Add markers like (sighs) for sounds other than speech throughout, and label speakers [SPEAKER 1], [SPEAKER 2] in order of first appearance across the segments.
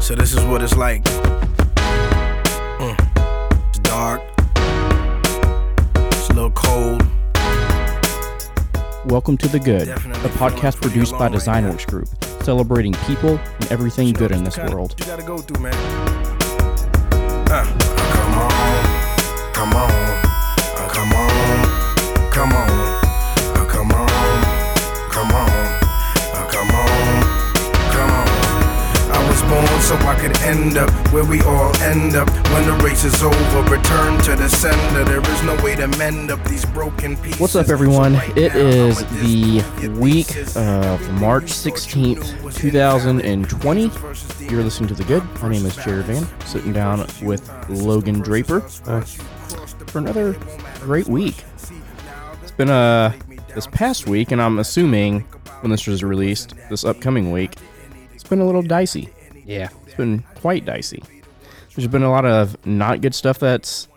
[SPEAKER 1] So this is what it's like. Mm. It's dark. It's a little cold.
[SPEAKER 2] Welcome to The Good,
[SPEAKER 1] Definitely
[SPEAKER 2] a
[SPEAKER 1] feel like
[SPEAKER 2] podcast
[SPEAKER 1] we're
[SPEAKER 2] produced by
[SPEAKER 1] alone right now.
[SPEAKER 2] Designworks Group, celebrating people and everything good in
[SPEAKER 1] It's
[SPEAKER 2] this
[SPEAKER 1] the kind of
[SPEAKER 2] world.
[SPEAKER 1] You gotta go through, man. Uh, come on, come on, uh, come on, come on, uh, come on, come on, uh, come on, come on. I was born so I could end up where we all end up when the race is over. Return to the sender. There is no way to mend up these broken pieces.
[SPEAKER 2] What's up, everyone?
[SPEAKER 1] So right
[SPEAKER 2] It
[SPEAKER 1] now,
[SPEAKER 2] is
[SPEAKER 1] I'ma just
[SPEAKER 2] the
[SPEAKER 1] prove your
[SPEAKER 2] week
[SPEAKER 1] thesis.
[SPEAKER 2] of
[SPEAKER 1] Everything
[SPEAKER 2] March
[SPEAKER 1] you thought you knew
[SPEAKER 2] 16th,
[SPEAKER 1] was
[SPEAKER 2] 2020.
[SPEAKER 1] invalid. Versus the
[SPEAKER 2] You're listening to The Good. My name is Jared Van, sitting down with Logan Draper uh, for another great week. It's been uh, this past week, and I'm assuming when this was released, this upcoming week, it's been a little dicey.
[SPEAKER 3] Yeah.
[SPEAKER 2] It's been quite dicey. There's been a lot of not good stuff that's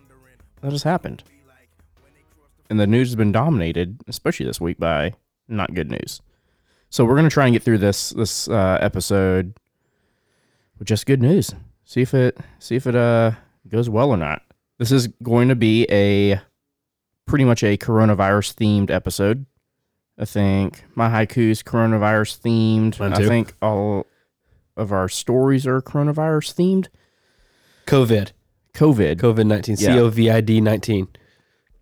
[SPEAKER 2] that has happened. And the news has been dominated, especially this week, by not good news. So we're gonna try and get through this this uh, episode with just good news. See if it see if it uh goes well or not. This is going to be a pretty much a coronavirus themed episode. I think my haiku's coronavirus themed.
[SPEAKER 3] Mine
[SPEAKER 2] I
[SPEAKER 3] too.
[SPEAKER 2] think all of our stories are coronavirus themed.
[SPEAKER 3] COVID.
[SPEAKER 2] COVID.
[SPEAKER 3] COVID 19.
[SPEAKER 2] Yeah.
[SPEAKER 3] C O V I D 19.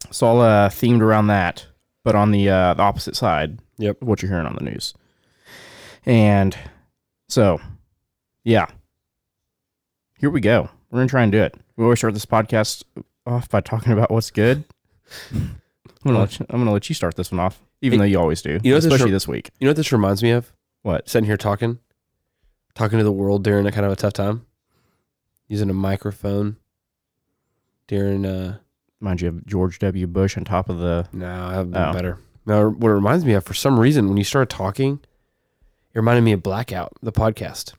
[SPEAKER 2] It's all uh, themed around that, but on the uh, the opposite side
[SPEAKER 3] Yep.
[SPEAKER 2] of what you're hearing on the news. And so, yeah, here we go. We're gonna try and do it. We always start this podcast off by talking about what's good. I'm gonna let you, I'm gonna let you start this one off, even
[SPEAKER 3] Hey,
[SPEAKER 2] though you always do,
[SPEAKER 3] you know this
[SPEAKER 2] especially
[SPEAKER 3] re-
[SPEAKER 2] this week.
[SPEAKER 3] You know what this reminds me of?
[SPEAKER 2] What?
[SPEAKER 3] Sitting here talking, talking to the world during a kind of a tough time, using a microphone during, uh,
[SPEAKER 2] Mind you, of George W. Bush on top of the
[SPEAKER 3] no, I've been
[SPEAKER 2] Oh.
[SPEAKER 3] better. Now, what it reminds me of, for some reason, when you started talking, it reminded me of Blackout, the podcast,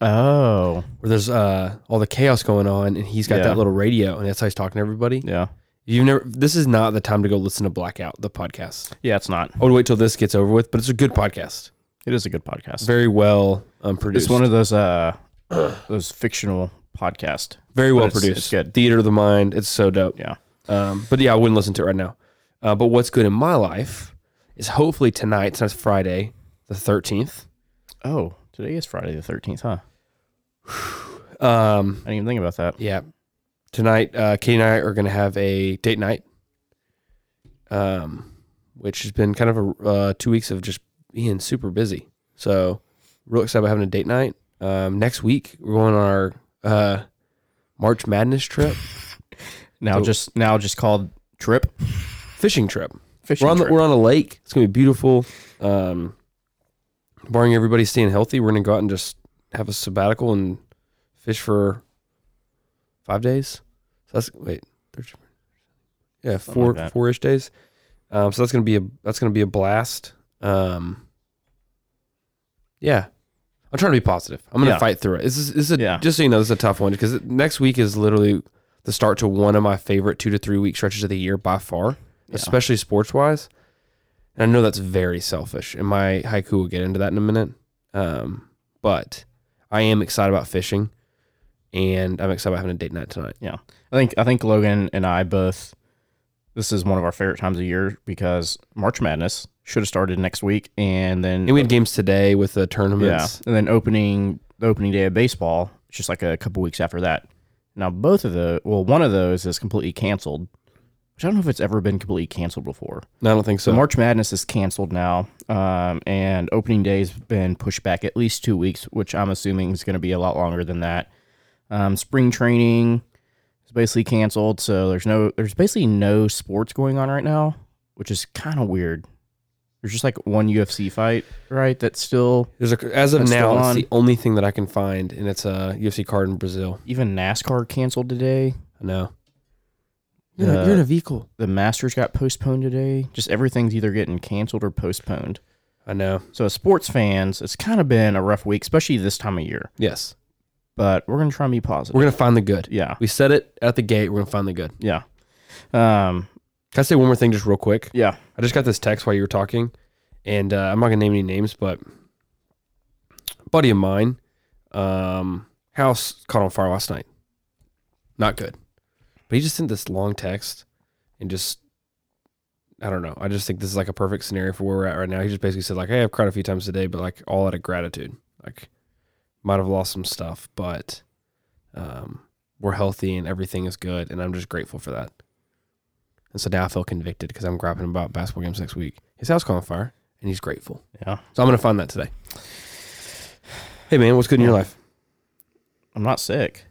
[SPEAKER 2] oh
[SPEAKER 3] where there's uh, all the chaos going on, and he's got
[SPEAKER 2] Yeah.
[SPEAKER 3] that little radio, and that's how he's talking to everybody.
[SPEAKER 2] yeah
[SPEAKER 3] You've never. This is not the time to go listen to Blackout, the podcast.
[SPEAKER 2] yeah it's not.
[SPEAKER 3] I would wait till this gets over with, but it's a good podcast.
[SPEAKER 2] It is a good podcast.
[SPEAKER 3] very well um, produced.
[SPEAKER 2] It's one of those uh those fictional podcast.
[SPEAKER 3] very well
[SPEAKER 2] but it's-
[SPEAKER 3] produced.
[SPEAKER 2] it's good.
[SPEAKER 3] Theater of the mind. It's so dope.
[SPEAKER 2] Yeah.
[SPEAKER 3] Um, but yeah, I wouldn't listen to it right now. Uh, but what's good in my life is hopefully tonight. Tonight's Friday, the thirteenth.
[SPEAKER 2] Oh, today is Friday the thirteenth, huh?
[SPEAKER 3] Um,
[SPEAKER 2] I didn't even think about that.
[SPEAKER 3] yeah. Tonight, uh, Katie and I are going to have a date night, um, which has been kind of a uh, two weeks of just being super busy. So, real excited about having a date night. Um, next week, we're going on our uh, March Madness trip,
[SPEAKER 2] Now
[SPEAKER 3] So-
[SPEAKER 2] just now just called trip
[SPEAKER 3] fishing trip.
[SPEAKER 2] fishing
[SPEAKER 3] we're on the,
[SPEAKER 2] trip.
[SPEAKER 3] we're on a lake. It's gonna be beautiful. Um, barring everybody staying healthy, we're gonna go out and just have a sabbatical and fish for five days. So that's wait, there's- yeah,
[SPEAKER 2] Something
[SPEAKER 3] four
[SPEAKER 2] like that.
[SPEAKER 3] four ish days. Um, so that's gonna be a that's gonna be a blast. Um, yeah, I'm trying to be positive. I'm gonna
[SPEAKER 2] Yeah.
[SPEAKER 3] fight through it. This is this is a,
[SPEAKER 2] Yeah.
[SPEAKER 3] just so you know, this is a tough one because next week is literally the start to one of my favorite two to three week stretches of the year by far, especially sports wise. And I know that's very selfish, and my haiku will get into that in a minute. Um, but I am excited about fishing, and I'm excited about having a date night tonight.
[SPEAKER 2] yeah. I think I think Logan and I both this is one of our favorite times of year because March Madness should have started next week and then
[SPEAKER 3] And we had games today with the
[SPEAKER 2] yeah,
[SPEAKER 3] tournaments.
[SPEAKER 2] and then opening the opening day of baseball it's just like a couple weeks after that. Now both of the well one of those is completely canceled, which I don't know if it's ever been completely canceled before.
[SPEAKER 3] No, I don't think so.
[SPEAKER 2] So March Madness is canceled now, um, and opening day's been pushed back at least two weeks, which I'm assuming is going to be a lot longer than that. Um, spring training is basically canceled, so there's no there's basically no sports going on right now, which is kind of weird. There's just like one UFC fight, right? That's still
[SPEAKER 3] There's a, as of
[SPEAKER 2] That's still
[SPEAKER 3] now, it's
[SPEAKER 2] on.
[SPEAKER 3] the only thing that I can find, and it's a UFC card in Brazil.
[SPEAKER 2] even NASCAR canceled today.
[SPEAKER 3] I know. Uh,
[SPEAKER 2] You're in a- you're in a
[SPEAKER 3] vehicle.
[SPEAKER 2] The Masters got postponed today. Just everything's either getting canceled or postponed.
[SPEAKER 3] I know.
[SPEAKER 2] So as sports fans, it's kind of been a rough week, especially this time of year.
[SPEAKER 3] Yes.
[SPEAKER 2] But we're gonna try and be positive.
[SPEAKER 3] We're going to find the good.
[SPEAKER 2] yeah.
[SPEAKER 3] We said it at the gate. We're going to find the good.
[SPEAKER 2] Yeah. Um,
[SPEAKER 3] Can I say one more thing just real quick?
[SPEAKER 2] yeah.
[SPEAKER 3] I just got this text while you were talking, and uh, I'm not going to name any names, but a buddy of mine Um, house caught on fire last night. Not good. But he just sent this long text and just, I don't know. I just think this is like a perfect scenario for where we're at right now. He just basically said, like, hey, I've cried a few times today, but like all out of gratitude. Like, might have lost some stuff, but um, we're healthy and everything is good. And I'm just grateful for that. And so now I feel convicted because I'm grappling about basketball games next week. His house caught on fire and he's grateful.
[SPEAKER 2] Yeah.
[SPEAKER 3] So I'm gonna find that today. Hey man, what's good in your life?
[SPEAKER 2] I'm not sick.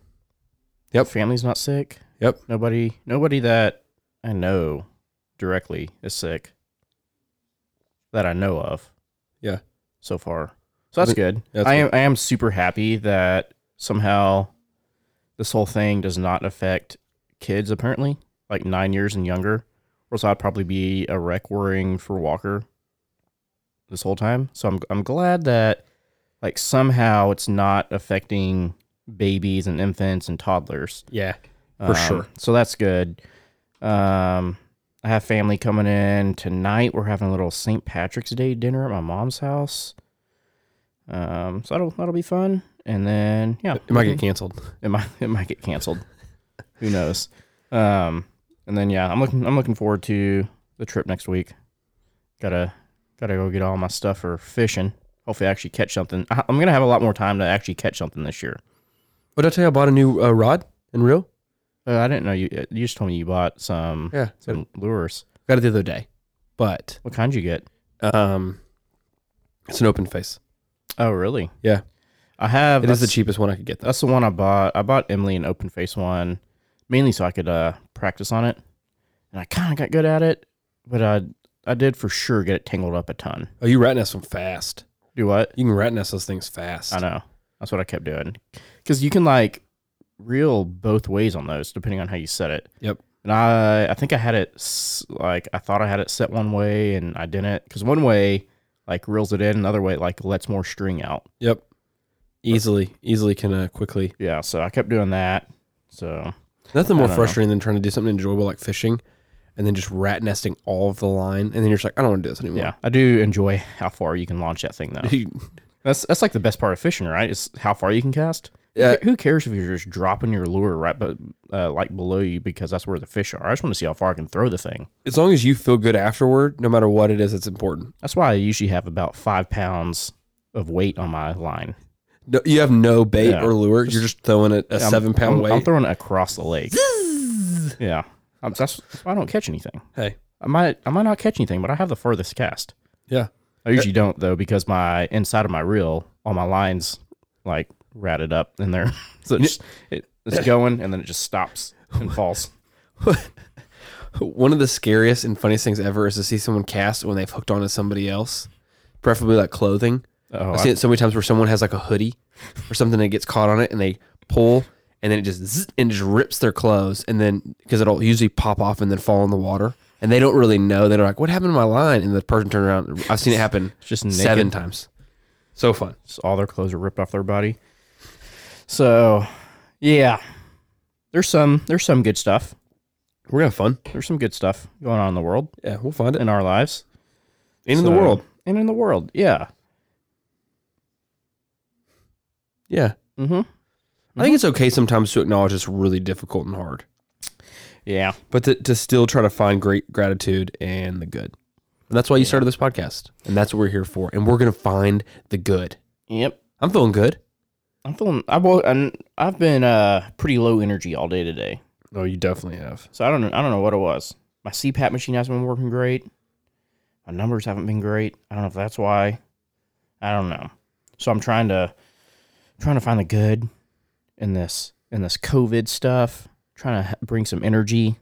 [SPEAKER 3] Yep.
[SPEAKER 2] Family's not sick.
[SPEAKER 3] Yep.
[SPEAKER 2] Nobody nobody that I know directly is sick. That I know of.
[SPEAKER 3] Yeah.
[SPEAKER 2] So far. So that's
[SPEAKER 3] I
[SPEAKER 2] good.
[SPEAKER 3] that's
[SPEAKER 2] I am I am super happy that somehow this whole thing does not affect kids apparently, like nine years and younger. Or else I'd probably be a wreck worrying for Walker this whole time. So I'm I'm glad that like somehow it's not affecting babies and infants and toddlers. Um,
[SPEAKER 3] Yeah. For sure.
[SPEAKER 2] So that's good. Um, I have family coming in tonight. We're having a little St. Patrick's Day dinner at my mom's house. Um, so that'll that'll be fun. And then yeah,
[SPEAKER 3] It might get canceled.
[SPEAKER 2] it might it might get canceled. Who knows? Um, and then yeah, I'm looking I'm looking forward to the trip next week. Gotta gotta go get all my stuff for fishing. Hopefully, I actually catch something. I, I'm gonna have a lot more time to actually catch something this year.
[SPEAKER 3] What did I tell you? I bought a new uh, rod and reel.
[SPEAKER 2] Uh, I didn't know you. You just told me you bought some
[SPEAKER 3] Yeah. So
[SPEAKER 2] some lures.
[SPEAKER 3] got it the other day, but
[SPEAKER 2] What kind you get?
[SPEAKER 3] um, it's an open face.
[SPEAKER 2] Oh, really?
[SPEAKER 3] Yeah.
[SPEAKER 2] I have.
[SPEAKER 3] It is the
[SPEAKER 2] that's-
[SPEAKER 3] cheapest one I could get. Though.
[SPEAKER 2] That's the one I bought. I bought Emily an open face one, mainly so I could uh, practice on it, and I kind of got good at it, but I I did for sure get it tangled up a ton.
[SPEAKER 3] Oh, you rat nest them fast.
[SPEAKER 2] Do what?
[SPEAKER 3] You can rat nest those things fast.
[SPEAKER 2] I know. That's what I kept doing, because you can like reel both ways on those depending on how you set it.
[SPEAKER 3] Yep.
[SPEAKER 2] And I I think I had it s- like I thought I had it set one way and I didn't because one way like reels it in, another way like lets more string out.
[SPEAKER 3] Yep. Easily, easily can uh, quickly.
[SPEAKER 2] Yeah, so I kept doing that. So
[SPEAKER 3] Nothing
[SPEAKER 2] I
[SPEAKER 3] more
[SPEAKER 2] don't know.
[SPEAKER 3] frustrating than trying to do something enjoyable like fishing, and then just rat nesting all of the line, and then you're just like, I don't want to do this anymore.
[SPEAKER 2] yeah, I do enjoy how far you can launch that thing
[SPEAKER 3] (laughs)
[SPEAKER 2] though. That's that's like the best part of fishing, right? Is how far you can cast.
[SPEAKER 3] Yeah.
[SPEAKER 2] Who cares if you're just dropping your lure right, but uh, like below you because that's where the fish are. I just want to see how far I can throw the thing.
[SPEAKER 3] as long as you feel good afterward, no matter what it is, it's important.
[SPEAKER 2] That's why I usually have about five pounds of weight on my line.
[SPEAKER 3] No, you have no bait
[SPEAKER 2] Yeah.
[SPEAKER 3] or lure. You're just throwing a, a
[SPEAKER 2] I'm-
[SPEAKER 3] seven pound
[SPEAKER 2] I'm,
[SPEAKER 3] weight.
[SPEAKER 2] I'm throwing it across the lake. yeah, I'm, that's, that's why I don't catch anything.
[SPEAKER 3] hey,
[SPEAKER 2] I might I might not catch anything, but I have the furthest cast.
[SPEAKER 3] yeah.
[SPEAKER 2] I usually don't though because my inside of my reel, all my lines like ratted up in there, (laughs) so it just, it, it's going and then it just stops and falls.
[SPEAKER 3] One of the scariest and funniest things ever is to see someone cast when they've hooked onto somebody else, preferably like clothing.
[SPEAKER 2] Oh,
[SPEAKER 3] I've seen it so many times where someone has like a hoodie or something that gets caught on it, and they pull, and then it just zzz, and just rips their clothes, and then because it'll usually pop off and then fall in the water, and they don't really know. They're like, "What happened to my line?" And the person turned around. I've seen it happen
[SPEAKER 2] just naked.
[SPEAKER 3] seven times. So fun.
[SPEAKER 2] Just all their clothes are ripped off their body. So, yeah, there's some there's some good stuff.
[SPEAKER 3] We're gonna have fun.
[SPEAKER 2] There's some good stuff going on in the world
[SPEAKER 3] Yeah, we'll find it.
[SPEAKER 2] in our lives
[SPEAKER 3] And in
[SPEAKER 2] So-
[SPEAKER 3] the world.
[SPEAKER 2] and in the world. Yeah.
[SPEAKER 3] Yeah.
[SPEAKER 2] Mm-hmm.
[SPEAKER 3] I think it's okay sometimes to acknowledge it's really difficult and hard,
[SPEAKER 2] Yeah.
[SPEAKER 3] but to, to still try to find great gratitude and the good. And that's why you started this podcast. And that's what we're here for. And we're going to find the good.
[SPEAKER 2] Yep.
[SPEAKER 3] I'm feeling good.
[SPEAKER 2] I'm feeling. I woke. I'm- I've been uh pretty low energy all day today,
[SPEAKER 3] Oh, you definitely have.
[SPEAKER 2] so I don't. know- I don't know what it was. My CPAP machine hasn't been working great. My numbers haven't been great. I don't know if that's why. I don't know. So I'm trying to, trying to find the good in this in this COVID stuff. Trying to h- bring some energy.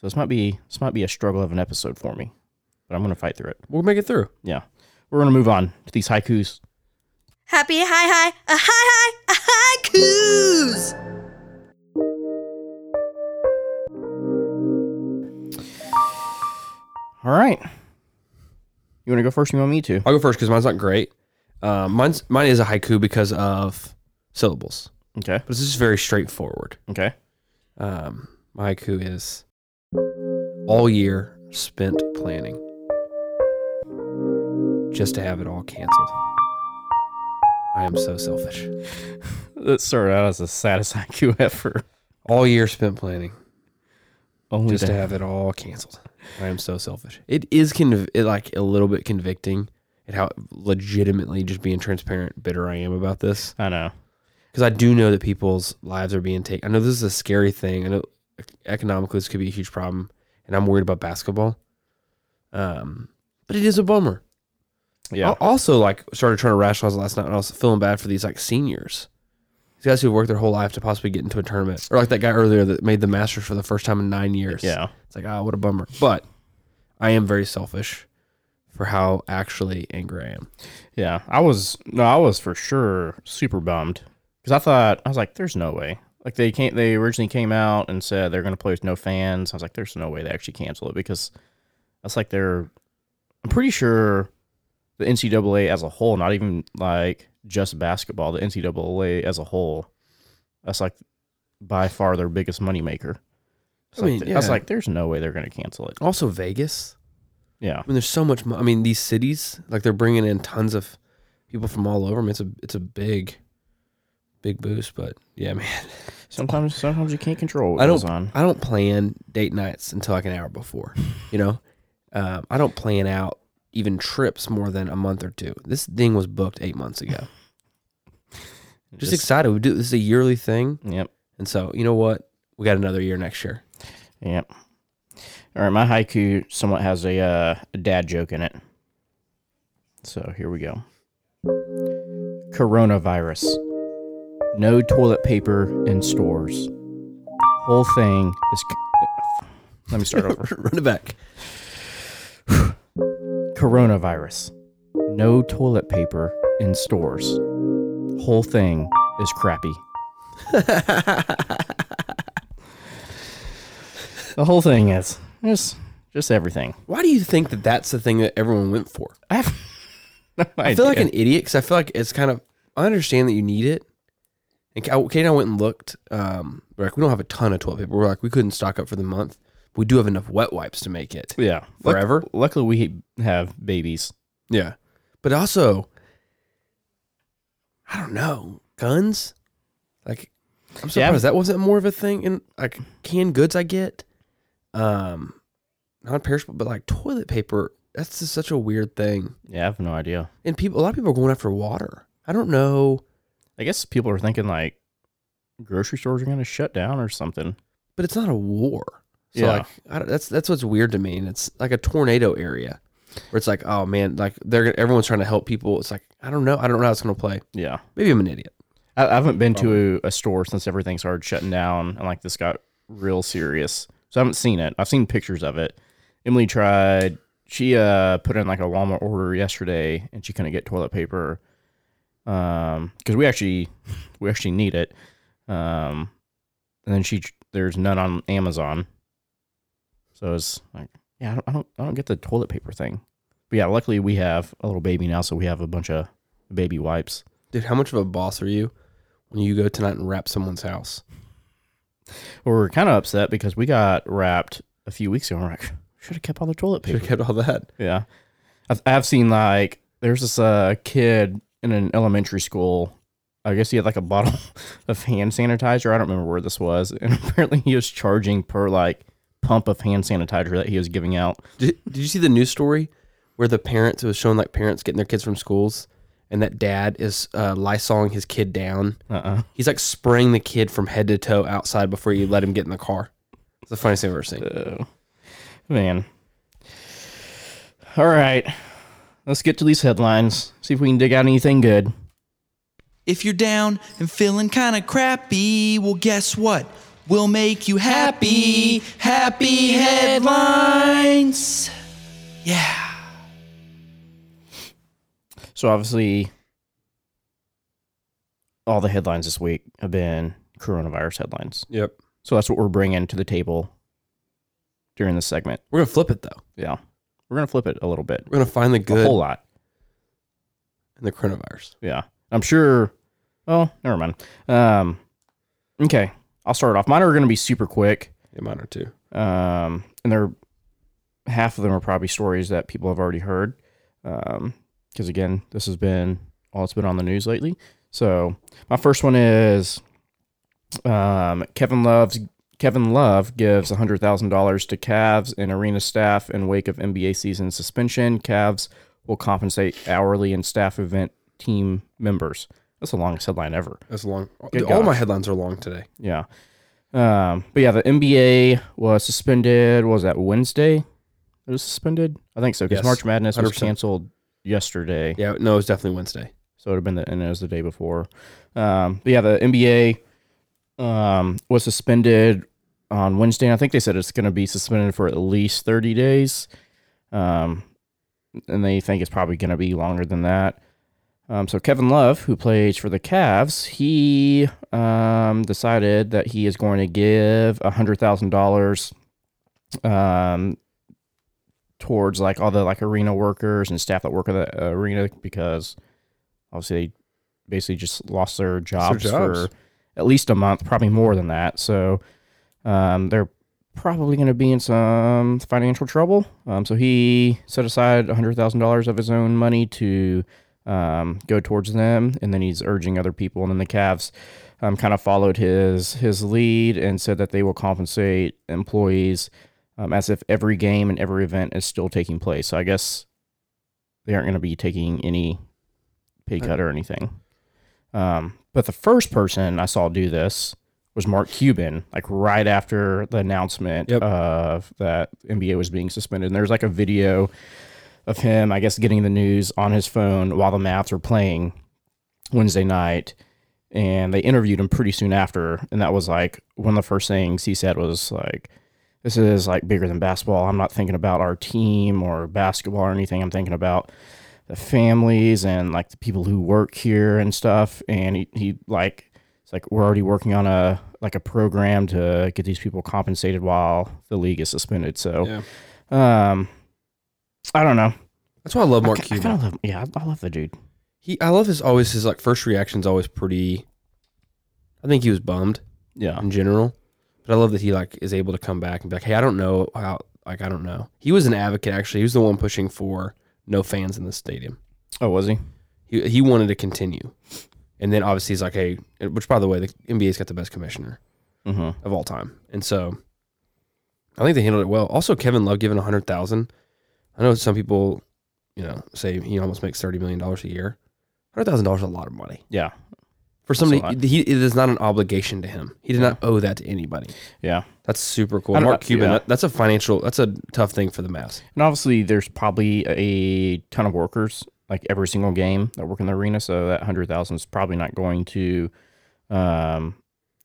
[SPEAKER 2] So this might be this might be a struggle of an episode for me, but I'm gonna fight through it.
[SPEAKER 3] We'll make it through.
[SPEAKER 2] Yeah, we're gonna move on to these haikus.
[SPEAKER 4] Happy hi hi, a hi hi, a haikus.
[SPEAKER 2] All right. You want to go first? or You want me to?
[SPEAKER 3] I'll go first because mine's not great. Uh, mine's, mine is a haiku because of syllables,
[SPEAKER 2] Okay.
[SPEAKER 3] but it's just very straightforward.
[SPEAKER 2] Okay.
[SPEAKER 3] Um, my haiku is all year spent planning just to have it all canceled. I am so selfish.
[SPEAKER 2] That started out as the saddest (laughs) IQ ever.
[SPEAKER 3] All year spent planning
[SPEAKER 2] Only
[SPEAKER 3] just
[SPEAKER 2] to
[SPEAKER 3] to have it all canceled. I am so selfish. It is conv- it, like a little bit convicting at how legitimately just being transparent bitter I am about this.
[SPEAKER 2] I know.
[SPEAKER 3] because I do know that people's lives are being taken. I know this is a scary thing. I know economically this could be a huge problem, and I'm worried about basketball. Um, but it is a bummer.
[SPEAKER 2] Yeah.
[SPEAKER 3] I also like started trying to rationalize last night, and I was feeling bad for these like seniors, these guys who worked their whole life to possibly get into a tournament, or like that guy earlier that made the Masters for the first time in nine years.
[SPEAKER 2] Yeah.
[SPEAKER 3] it's like ah, what a bummer. But I am very selfish for how actually angry I am.
[SPEAKER 2] Yeah. I was no, I was for sure super bummed because I thought I was like, "There's no way." Like they can't. They originally came out and said they're going to play with no fans. I was like, "There's no way they actually cancel it because that's like they're." I'm pretty sure the NCAA as a whole, not even like just basketball, the NCAA as a whole, that's like by far their biggest moneymaker. It's
[SPEAKER 3] I
[SPEAKER 2] like,
[SPEAKER 3] mean,
[SPEAKER 2] I was
[SPEAKER 3] yeah. Oh.
[SPEAKER 2] like, "There's no way they're going to cancel it."
[SPEAKER 3] Also, Vegas.
[SPEAKER 2] Yeah.
[SPEAKER 3] I mean, there's so much. Mo- I mean, these cities, like they're bringing in tons of people from all over. I mean, it's a it's a big, big boost. But yeah, man,
[SPEAKER 2] Sometimes, sometimes you can't control what
[SPEAKER 3] I
[SPEAKER 2] goes
[SPEAKER 3] don't
[SPEAKER 2] on.
[SPEAKER 3] I don't plan date nights until like an hour before. You know, (laughs) um, I don't plan out even trips more than a month or two. This thing was booked eight
[SPEAKER 2] (laughs)
[SPEAKER 3] months ago. Just, excited. We do this is a yearly thing,
[SPEAKER 2] Yep.
[SPEAKER 3] and so you know what, we got another year next year. (laughs)
[SPEAKER 2] Yep. All right, my haiku somewhat has a, uh, a dad joke in it. So here we go. Coronavirus. No toilet paper in stores. Whole thing is. c- (laughs) Let me start
[SPEAKER 3] (laughs)
[SPEAKER 2] over.
[SPEAKER 3] Run it back.
[SPEAKER 2] Coronavirus. No toilet paper in stores. Whole thing is crappy. the whole thing is just just everything.
[SPEAKER 3] Why do you think that that's the thing that everyone went for?
[SPEAKER 2] I have (laughs) no idea.
[SPEAKER 3] I feel like an idiot because I feel like it's kind of. I understand that you need it. And Ka- Kate and I went and looked. Um, we're like, we don't have a ton of toilet paper. We're like, we couldn't stock up for the month. But we do have enough wet wipes to make it.
[SPEAKER 2] (laughs) yeah
[SPEAKER 3] Forever?
[SPEAKER 2] Luck- luckily, we have babies.
[SPEAKER 3] Yeah. But also, I don't know guns. Like, I'm surprised
[SPEAKER 2] Yeah.
[SPEAKER 3] that wasn't more of a thing. And like canned goods, I get. Um, non-perishable, but like toilet paper. That's just such a weird thing.
[SPEAKER 2] Yeah, I have no idea.
[SPEAKER 3] And people, a lot of people are going after water. I don't know.
[SPEAKER 2] I guess people are thinking like grocery stores are going to shut down or something.
[SPEAKER 3] but it's not a war. So
[SPEAKER 2] Yeah.
[SPEAKER 3] like I don't, that's that's what's weird to me, and it's like a tornado area where it's like, oh man, like they're gonna- everyone's trying to help people. It's like I don't know, I don't know how it's gonna play.
[SPEAKER 2] Yeah,
[SPEAKER 3] Maybe I'm an idiot.
[SPEAKER 2] I, I haven't been to a, a store since everything started shutting down, and like this got real serious. So I haven't seen it. I've seen pictures of it. Emily tried. She uh put in like a Walmart order yesterday, and she couldn't get toilet paper. Um, because we actually (laughs) we actually need it. Um, and then she there's none on Amazon. So it's like yeah, I don't I don't, I don't get the toilet paper thing. But yeah, luckily we have a little baby now, so we have a bunch of baby wipes.
[SPEAKER 3] Dude, how much of a boss are you when you go tonight and wrap someone's house? (laughs)
[SPEAKER 2] We were kind of upset because we got wrapped a few weeks ago. and We're like, (sighs) should have kept all the toilet paper.
[SPEAKER 3] Should have kept all that.
[SPEAKER 2] Yeah, I've, I've seen like there's this uh, kid in an elementary school. I guess he had like a bottle (laughs) of hand sanitizer. I don't remember where this was, (laughs) and apparently he was charging per like pump of hand sanitizer that he was giving out.
[SPEAKER 3] Did, did you see the news story where the parents it was showing like parents getting their kids from schools, and that dad is uh, lysoling his kid down.
[SPEAKER 2] Uh uh
[SPEAKER 3] He's like spraying the kid from head to toe outside before you let him get in the car. It's the funniest thing I've ever seen.
[SPEAKER 2] Uh. man. All right, let's get to these headlines. See if we can dig out anything good.
[SPEAKER 5] If you're down and feeling kinda crappy, well, guess what? We'll make you happy. Happy headlines. Yeah.
[SPEAKER 2] So obviously, all the headlines this week have been coronavirus headlines.
[SPEAKER 3] Yep.
[SPEAKER 2] So that's what we're bringing to the table during this segment.
[SPEAKER 3] We're gonna flip it though.
[SPEAKER 2] Yeah, we're gonna flip it a little bit,
[SPEAKER 3] We're gonna find the
[SPEAKER 2] a
[SPEAKER 3] good
[SPEAKER 2] whole lot.
[SPEAKER 3] in the coronavirus.
[SPEAKER 2] Yeah, I'm sure. Oh, never mind. Um, okay, I'll start off. Mine are gonna be super quick.
[SPEAKER 3] Yeah, mine are too.
[SPEAKER 2] um, and they're half of them are probably stories that people have already heard because again Um, this has been all that's been on the news lately. So my first one is um, Kevin Love's Kevin Love gives hundred thousand dollars to Cavs and arena staff in wake of NBA season suspension. Cavs will compensate hourly and staff event team members. That's the longest headline ever.
[SPEAKER 3] That's long.
[SPEAKER 2] Good
[SPEAKER 3] all my
[SPEAKER 2] gosh.
[SPEAKER 3] headlines are long today.
[SPEAKER 2] Yeah. Um, but yeah, the NBA was suspended. What was that Wednesday? It was suspended. I think so because
[SPEAKER 3] Yes,
[SPEAKER 2] March Madness was
[SPEAKER 3] 100%.
[SPEAKER 2] canceled yesterday.
[SPEAKER 3] Yeah, no, it's definitely Wednesday.
[SPEAKER 2] So it would have been the and it was the day before. Um, but yeah, the NBA um, was suspended on Wednesday. And I think they said it's going to be suspended for at least 30 days. Um, and they think it's probably going to be longer than that. Um, so Kevin Love, who plays for the Cavs, he um, decided that he is going to give hundred thousand dollars um, towards like all the like arena workers and staff that work at the uh, arena because obviously they basically just lost their jobs,
[SPEAKER 3] jobs.
[SPEAKER 2] for at least a month, probably more than that. So um, they're probably going to be in some financial trouble. Um, so he set aside hundred thousand dollars of his own money to um, go towards them, and then he's urging other people. And then the Cavs um, kind of followed his his lead and said that they will compensate employees um, as if every game and every event is still taking place. So I guess they aren't going to be taking any pay cut or anything. Um, but the first person I saw do this was Mark Cuban, like right after the announcement
[SPEAKER 3] Yep.
[SPEAKER 2] of that NBA was being suspended. And there's like a video of him, I guess, getting the news on his phone while the Mavs were playing Wednesday night. And they interviewed him pretty soon after. And that was like one of the first things he said was like, this is like bigger than basketball. I'm not thinking about our team or basketball or anything. I'm thinking about the families and like the people who work here and stuff. And he, he like, it's like we're already working on a like a program to get these people compensated while the league is suspended. So, um, I don't know.
[SPEAKER 3] That's why I love Mark
[SPEAKER 2] I, ki- I
[SPEAKER 3] Cuban.
[SPEAKER 2] kinda love, yeah, I love the dude.
[SPEAKER 3] he, I love his always his like first reaction's always pretty. I think he was bummed
[SPEAKER 2] Yeah,
[SPEAKER 3] in general, but I love that he like is able to come back and be like, hey, I don't know how, like I don't know. He was an advocate actually. He was the one pushing for no fans in the stadium.
[SPEAKER 2] Oh, was he?
[SPEAKER 3] He he wanted to continue, and then obviously he's like, hey, which by the way, the NBA's got the best commissioner.
[SPEAKER 2] hmm
[SPEAKER 3] of all time. And so I think they handled it well. Also, Kevin Love giving a hundred thousand. I know some people, you know, say he almost makes thirty million dollars a year. Hundred thousand dollars is a lot of money
[SPEAKER 2] Yeah,
[SPEAKER 3] for
[SPEAKER 2] a lot.
[SPEAKER 3] somebody. He it is not an obligation to him. He did not owe that to anybody.
[SPEAKER 2] yeah.
[SPEAKER 3] That's super cool.
[SPEAKER 2] I don't-
[SPEAKER 3] Mark Cuban.
[SPEAKER 2] yeah.
[SPEAKER 3] that- that's a financial. That's a tough thing for the mass.
[SPEAKER 2] And obviously, there's probably a ton of workers, like every single game that work in the arena. So that hundred thousand is probably not going to, um,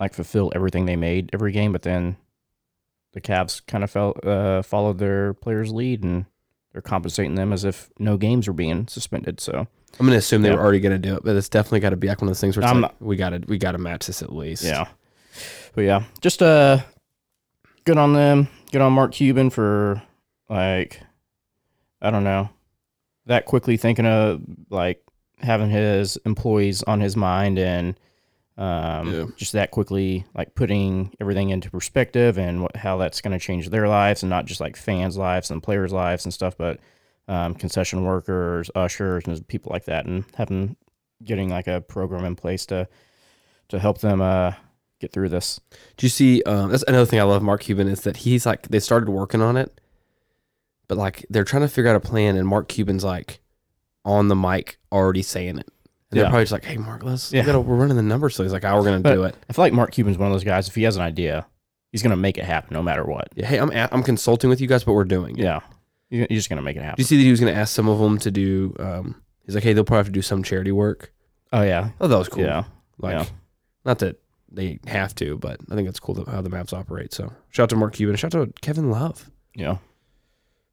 [SPEAKER 2] like fulfill everything they made every game. But then, the Cavs kind of felt uh, followed their players' lead, and they're compensating them as if no games were being suspended. So
[SPEAKER 3] I'm gonna assume they
[SPEAKER 2] Yeah.
[SPEAKER 3] were already gonna do it, but it's definitely got to be like one of those things where it's
[SPEAKER 2] I'm
[SPEAKER 3] like, we gotta we gotta match this at least.
[SPEAKER 2] Yeah. But yeah, just uh good on them. Good on Mark Cuban for like I don't know. That quickly thinking of like having his employees on his mind and um
[SPEAKER 3] Yeah.
[SPEAKER 2] just that quickly like putting everything into perspective and what, how that's going to change their lives and not just like fans lives and players lives and stuff but um, concession workers ushers and people like that and having getting like a program in place to to help them uh, get through this.
[SPEAKER 3] Do you see? Um, that's another thing I love Mark Cuban is that he's like they started working on it, but like they're trying to figure out a plan, and Mark Cuban's like on the mic already saying it, and
[SPEAKER 2] Yeah.
[SPEAKER 3] they're probably just like, "Hey, Mark, let's we
[SPEAKER 2] Yeah.
[SPEAKER 3] gotta, we're running the numbers." So he's like, "Ah, we're gonna
[SPEAKER 2] But
[SPEAKER 3] do it."
[SPEAKER 2] I feel like Mark Cuban's one of those guys. If he has an idea, he's gonna make it happen no matter what.
[SPEAKER 3] Yeah, hey, I'm a- I'm consulting with you guys, but we're doing it.
[SPEAKER 2] Yeah, You- you're just gonna make it
[SPEAKER 3] Do you
[SPEAKER 2] happen.
[SPEAKER 3] see that he was gonna ask some of them to do? Um, he's like, "Hey, they'll probably have to do some charity work."
[SPEAKER 2] Oh yeah,
[SPEAKER 3] Oh, that was cool.
[SPEAKER 2] yeah,
[SPEAKER 3] like
[SPEAKER 2] yeah.
[SPEAKER 3] not that they have to, but I think it's cool that how the maps operate. So shout out to Mark Cuban, shout out to Kevin Love.
[SPEAKER 2] yeah.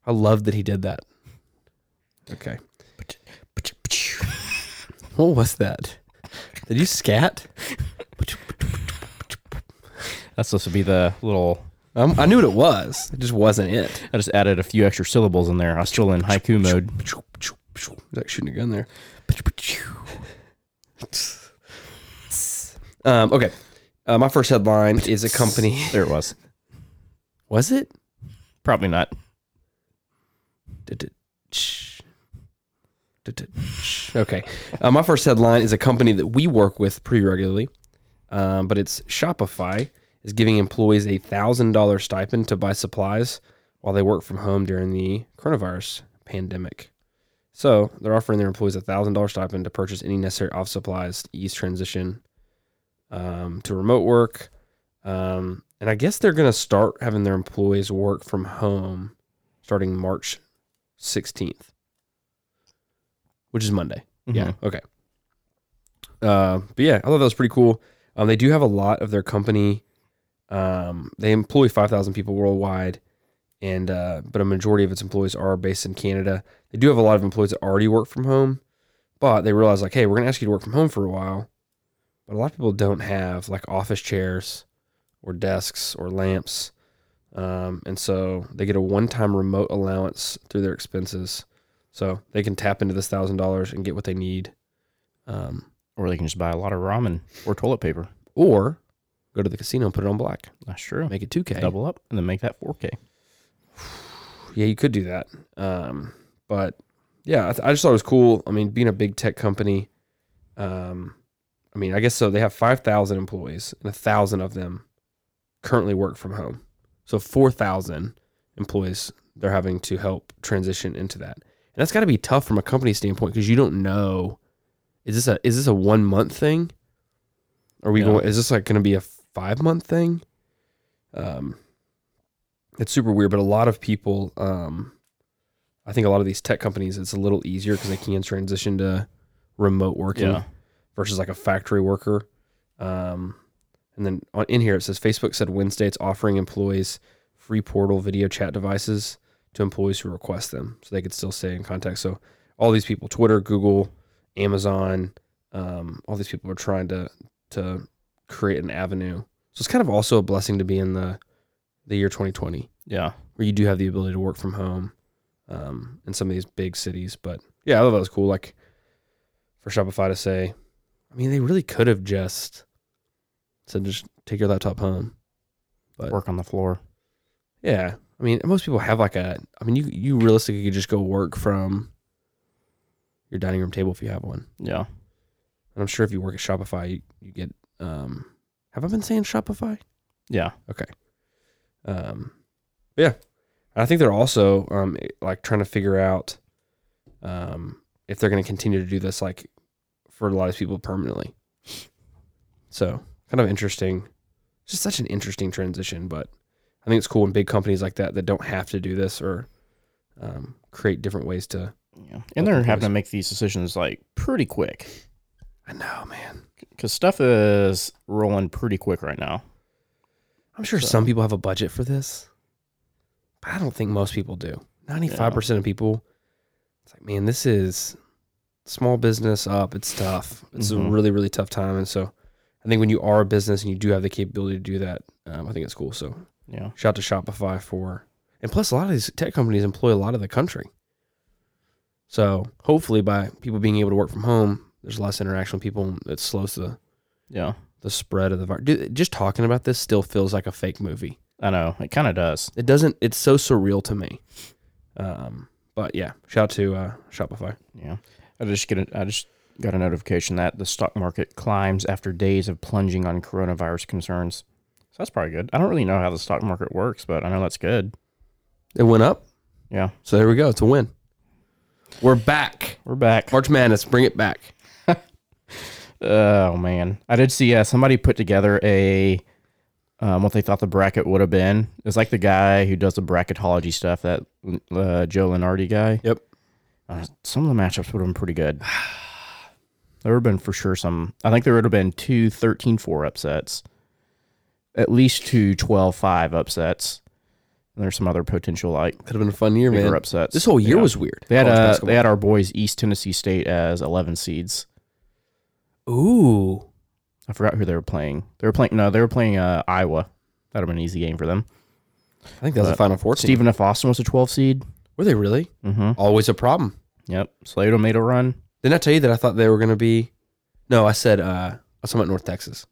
[SPEAKER 3] I love that he did that. Okay. (laughs) What was that? Did you scat?
[SPEAKER 2] That's supposed to be the little.
[SPEAKER 3] Um, I knew what it was. It just wasn't it.
[SPEAKER 2] I just added a few extra syllables in there. I was still in haiku mode.
[SPEAKER 3] Like shooting a gun there. Um, okay. Uh, my first headline is a company.
[SPEAKER 2] There it was.
[SPEAKER 3] Was it?
[SPEAKER 2] Probably not.
[SPEAKER 3] Did it- shh. Okay. Uh, my first headline is a company that we work with pretty regularly, um, but it's Shopify is giving employees a thousand dollar stipend to buy supplies while they work from home during the coronavirus pandemic. So they're offering their employees a thousand dollar stipend to purchase any necessary office supplies to ease transition um, to remote work. Um, and I guess they're going to start having their employees work from home starting March 16th, which is Monday. Yeah. Okay. Uh, but yeah, I thought that was pretty cool. Um, they do have a lot of their company. Um, they employ 5,000 people worldwide, and uh, but a majority of its employees are based in Canada. They do have a lot of employees that already work from home, but they realize like, hey, we're gonna ask you to work from home for a while. But a lot of people don't have like office chairs or desks or lamps. Um, and so they get a one time remote allowance through their expenses. So they can tap into this thousand dollars and get what they need. Um,
[SPEAKER 2] Or they can just buy a lot of ramen or toilet paper.
[SPEAKER 3] or go to the casino and put it on black.
[SPEAKER 2] That's true.
[SPEAKER 3] Make it two K.
[SPEAKER 2] Double up and then make that 4K.
[SPEAKER 3] Yeah, you could do that. Um, but yeah, I, th- I just thought it was cool. I mean, being a big tech company, um, I mean, I guess so. They have five thousand employees, and a thousand of them currently work from home. So four thousand employees they're having to help transition into that, and that's got to be tough from a company standpoint because you don't know is this a is this a one month thing? Are we
[SPEAKER 2] Yeah.
[SPEAKER 3] going? Is this like going to be a five month thing? Um, it's super weird, but a lot of people, um, I think a lot of these tech companies, it's a little easier because they can transition to remote working
[SPEAKER 2] Yeah.
[SPEAKER 3] versus like a factory worker. Um, and then on, in here it says Facebook said Wednesday it's offering employees free portal video chat devices to employees who request them, so they could still stay in contact. So all these people, Twitter, Google, Amazon, um, all these people are trying to to create an avenue. So it's kind of also a blessing to be in the the year 2020
[SPEAKER 2] Yeah.
[SPEAKER 3] where you do have the ability to work from home um, in some of these big cities. But yeah, I thought that was cool. Like for Shopify to say, I mean, they really could have just said, just take your laptop home. But-
[SPEAKER 2] Work on the floor.
[SPEAKER 3] Yeah. I mean, most people have like a, I mean, you, you realistically could just go work from your dining room table if you have one.
[SPEAKER 2] Yeah.
[SPEAKER 3] And I'm sure if you work at Shopify, you, you get, um, have I been saying Shopify?
[SPEAKER 2] Yeah.
[SPEAKER 3] Um, but yeah, And I think they're also um, like trying to figure out um, if they're going to continue to do this, like for a lot of people permanently. So kind of interesting. It's Just such an interesting transition, but I think it's cool when big companies like that that don't have to do this or um, create different ways to.
[SPEAKER 2] Yeah. And they're having to make these decisions like pretty quick
[SPEAKER 3] I know, man.
[SPEAKER 2] because stuff is rolling pretty quick right now.
[SPEAKER 3] I'm sure some people have a budget for this, but I don't think most people do. 95% of people, it's like, man, this is small business up. It's tough. It's a
[SPEAKER 2] Mhm.
[SPEAKER 3] really, really tough time. And so I think when you are a business and you do have the capability to do that, um, I think it's cool. So
[SPEAKER 2] Yeah.
[SPEAKER 3] shout out to Shopify for, and plus, a lot of these tech companies employ a lot of the country. So hopefully, by people being able to work from home, there's less interaction with people. and It slows the,
[SPEAKER 2] Yeah.
[SPEAKER 3] the spread of the virus. Dude, just talking about this still feels like a fake movie.
[SPEAKER 2] I know. It kind of does.
[SPEAKER 3] It doesn't. It's so surreal to me. Um, but yeah, shout out to uh, Shopify.
[SPEAKER 2] Yeah. I just get a, I just got a notification that the stock market climbs after days of plunging on coronavirus concerns. So that's probably good. I don't really know how the stock market works, but I know that's good.
[SPEAKER 3] It went up,
[SPEAKER 2] Yeah.
[SPEAKER 3] so there we go. It's a win. We're back.
[SPEAKER 2] We're back.
[SPEAKER 3] March Madness, bring it back.
[SPEAKER 2] Oh man, I did see. Uh, somebody put together a um, what they thought the bracket would have been. It's like the guy who does the bracketology stuff, that uh, Joe Lenardi guy.
[SPEAKER 3] Yep.
[SPEAKER 2] Uh, some of the matchups would have been pretty good. There would have been for sure some. I think there would have been two 13 4 upsets, at least two 12 5 upsets. And there's some other potential like
[SPEAKER 3] Could have been a fun year,
[SPEAKER 2] bigger
[SPEAKER 3] man.
[SPEAKER 2] upsets.
[SPEAKER 3] This whole year
[SPEAKER 2] Yeah.
[SPEAKER 3] was weird.
[SPEAKER 2] They had,
[SPEAKER 3] College
[SPEAKER 2] uh,
[SPEAKER 3] basketball.
[SPEAKER 2] they had our boys East Tennessee State as 11 seeds.
[SPEAKER 3] ooh,
[SPEAKER 2] I forgot who they were playing. They were playing no, they were playing uh, Iowa. That'd have been an easy game for them.
[SPEAKER 3] I think that was a
[SPEAKER 2] but
[SPEAKER 3] Final Four team.
[SPEAKER 2] Stephen F. Austin was a 12 seed.
[SPEAKER 3] Were they really?
[SPEAKER 2] Mm-hmm.
[SPEAKER 3] Always a problem.
[SPEAKER 2] Yep. Slater made a run.
[SPEAKER 3] Didn't I tell you that I thought they were going to be? No, I said uh, I was talking about North Texas.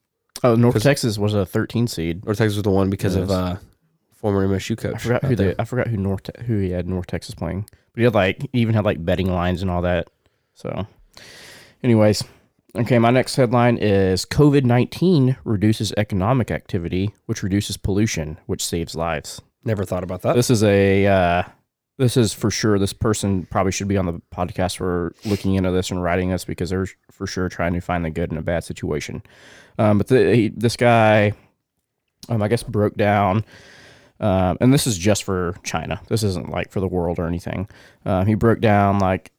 [SPEAKER 2] Oh, North
[SPEAKER 3] 'Cause-
[SPEAKER 2] Texas was a 13 seed.
[SPEAKER 3] North Texas was the one because of
[SPEAKER 2] Yes.
[SPEAKER 3] uh, former MSU coach.
[SPEAKER 2] I forgot who
[SPEAKER 3] out there.
[SPEAKER 2] they. I forgot who North Te- who he had North Texas playing. But he had like he even had like betting lines and all that. So, anyways, okay, my next headline is COVID 19 reduces economic activity, which reduces pollution, which saves lives.
[SPEAKER 3] Never thought about that.
[SPEAKER 2] This is a, uh, this is for sure. This person probably should be on the podcast for looking into this and writing this because they're for sure trying to find the good in a bad situation. Um, but the, he, this guy, um, I guess, broke down. Um, and this is just for China. This isn't like for the world or anything. Um, he broke down like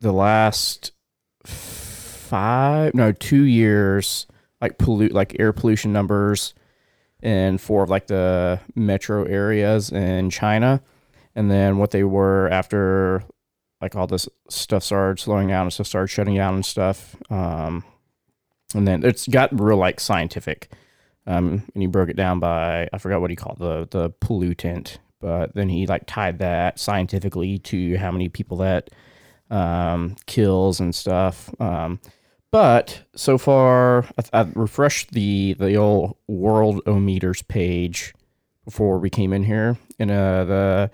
[SPEAKER 2] the last five, no, two years, like pollute, like air pollution numbers in four of like the metro areas in China, and then what they were after like all this stuff started slowing down and stuff started shutting down and stuff. Um, and then it's got real like scientific. Um, and he broke it down by I forgot what he called the the pollutant, but then he like tied that scientifically to how many people that um, kills and stuff. Um, but so far, I've, I've refreshed the the old world o meters page before we came in here, and uh, the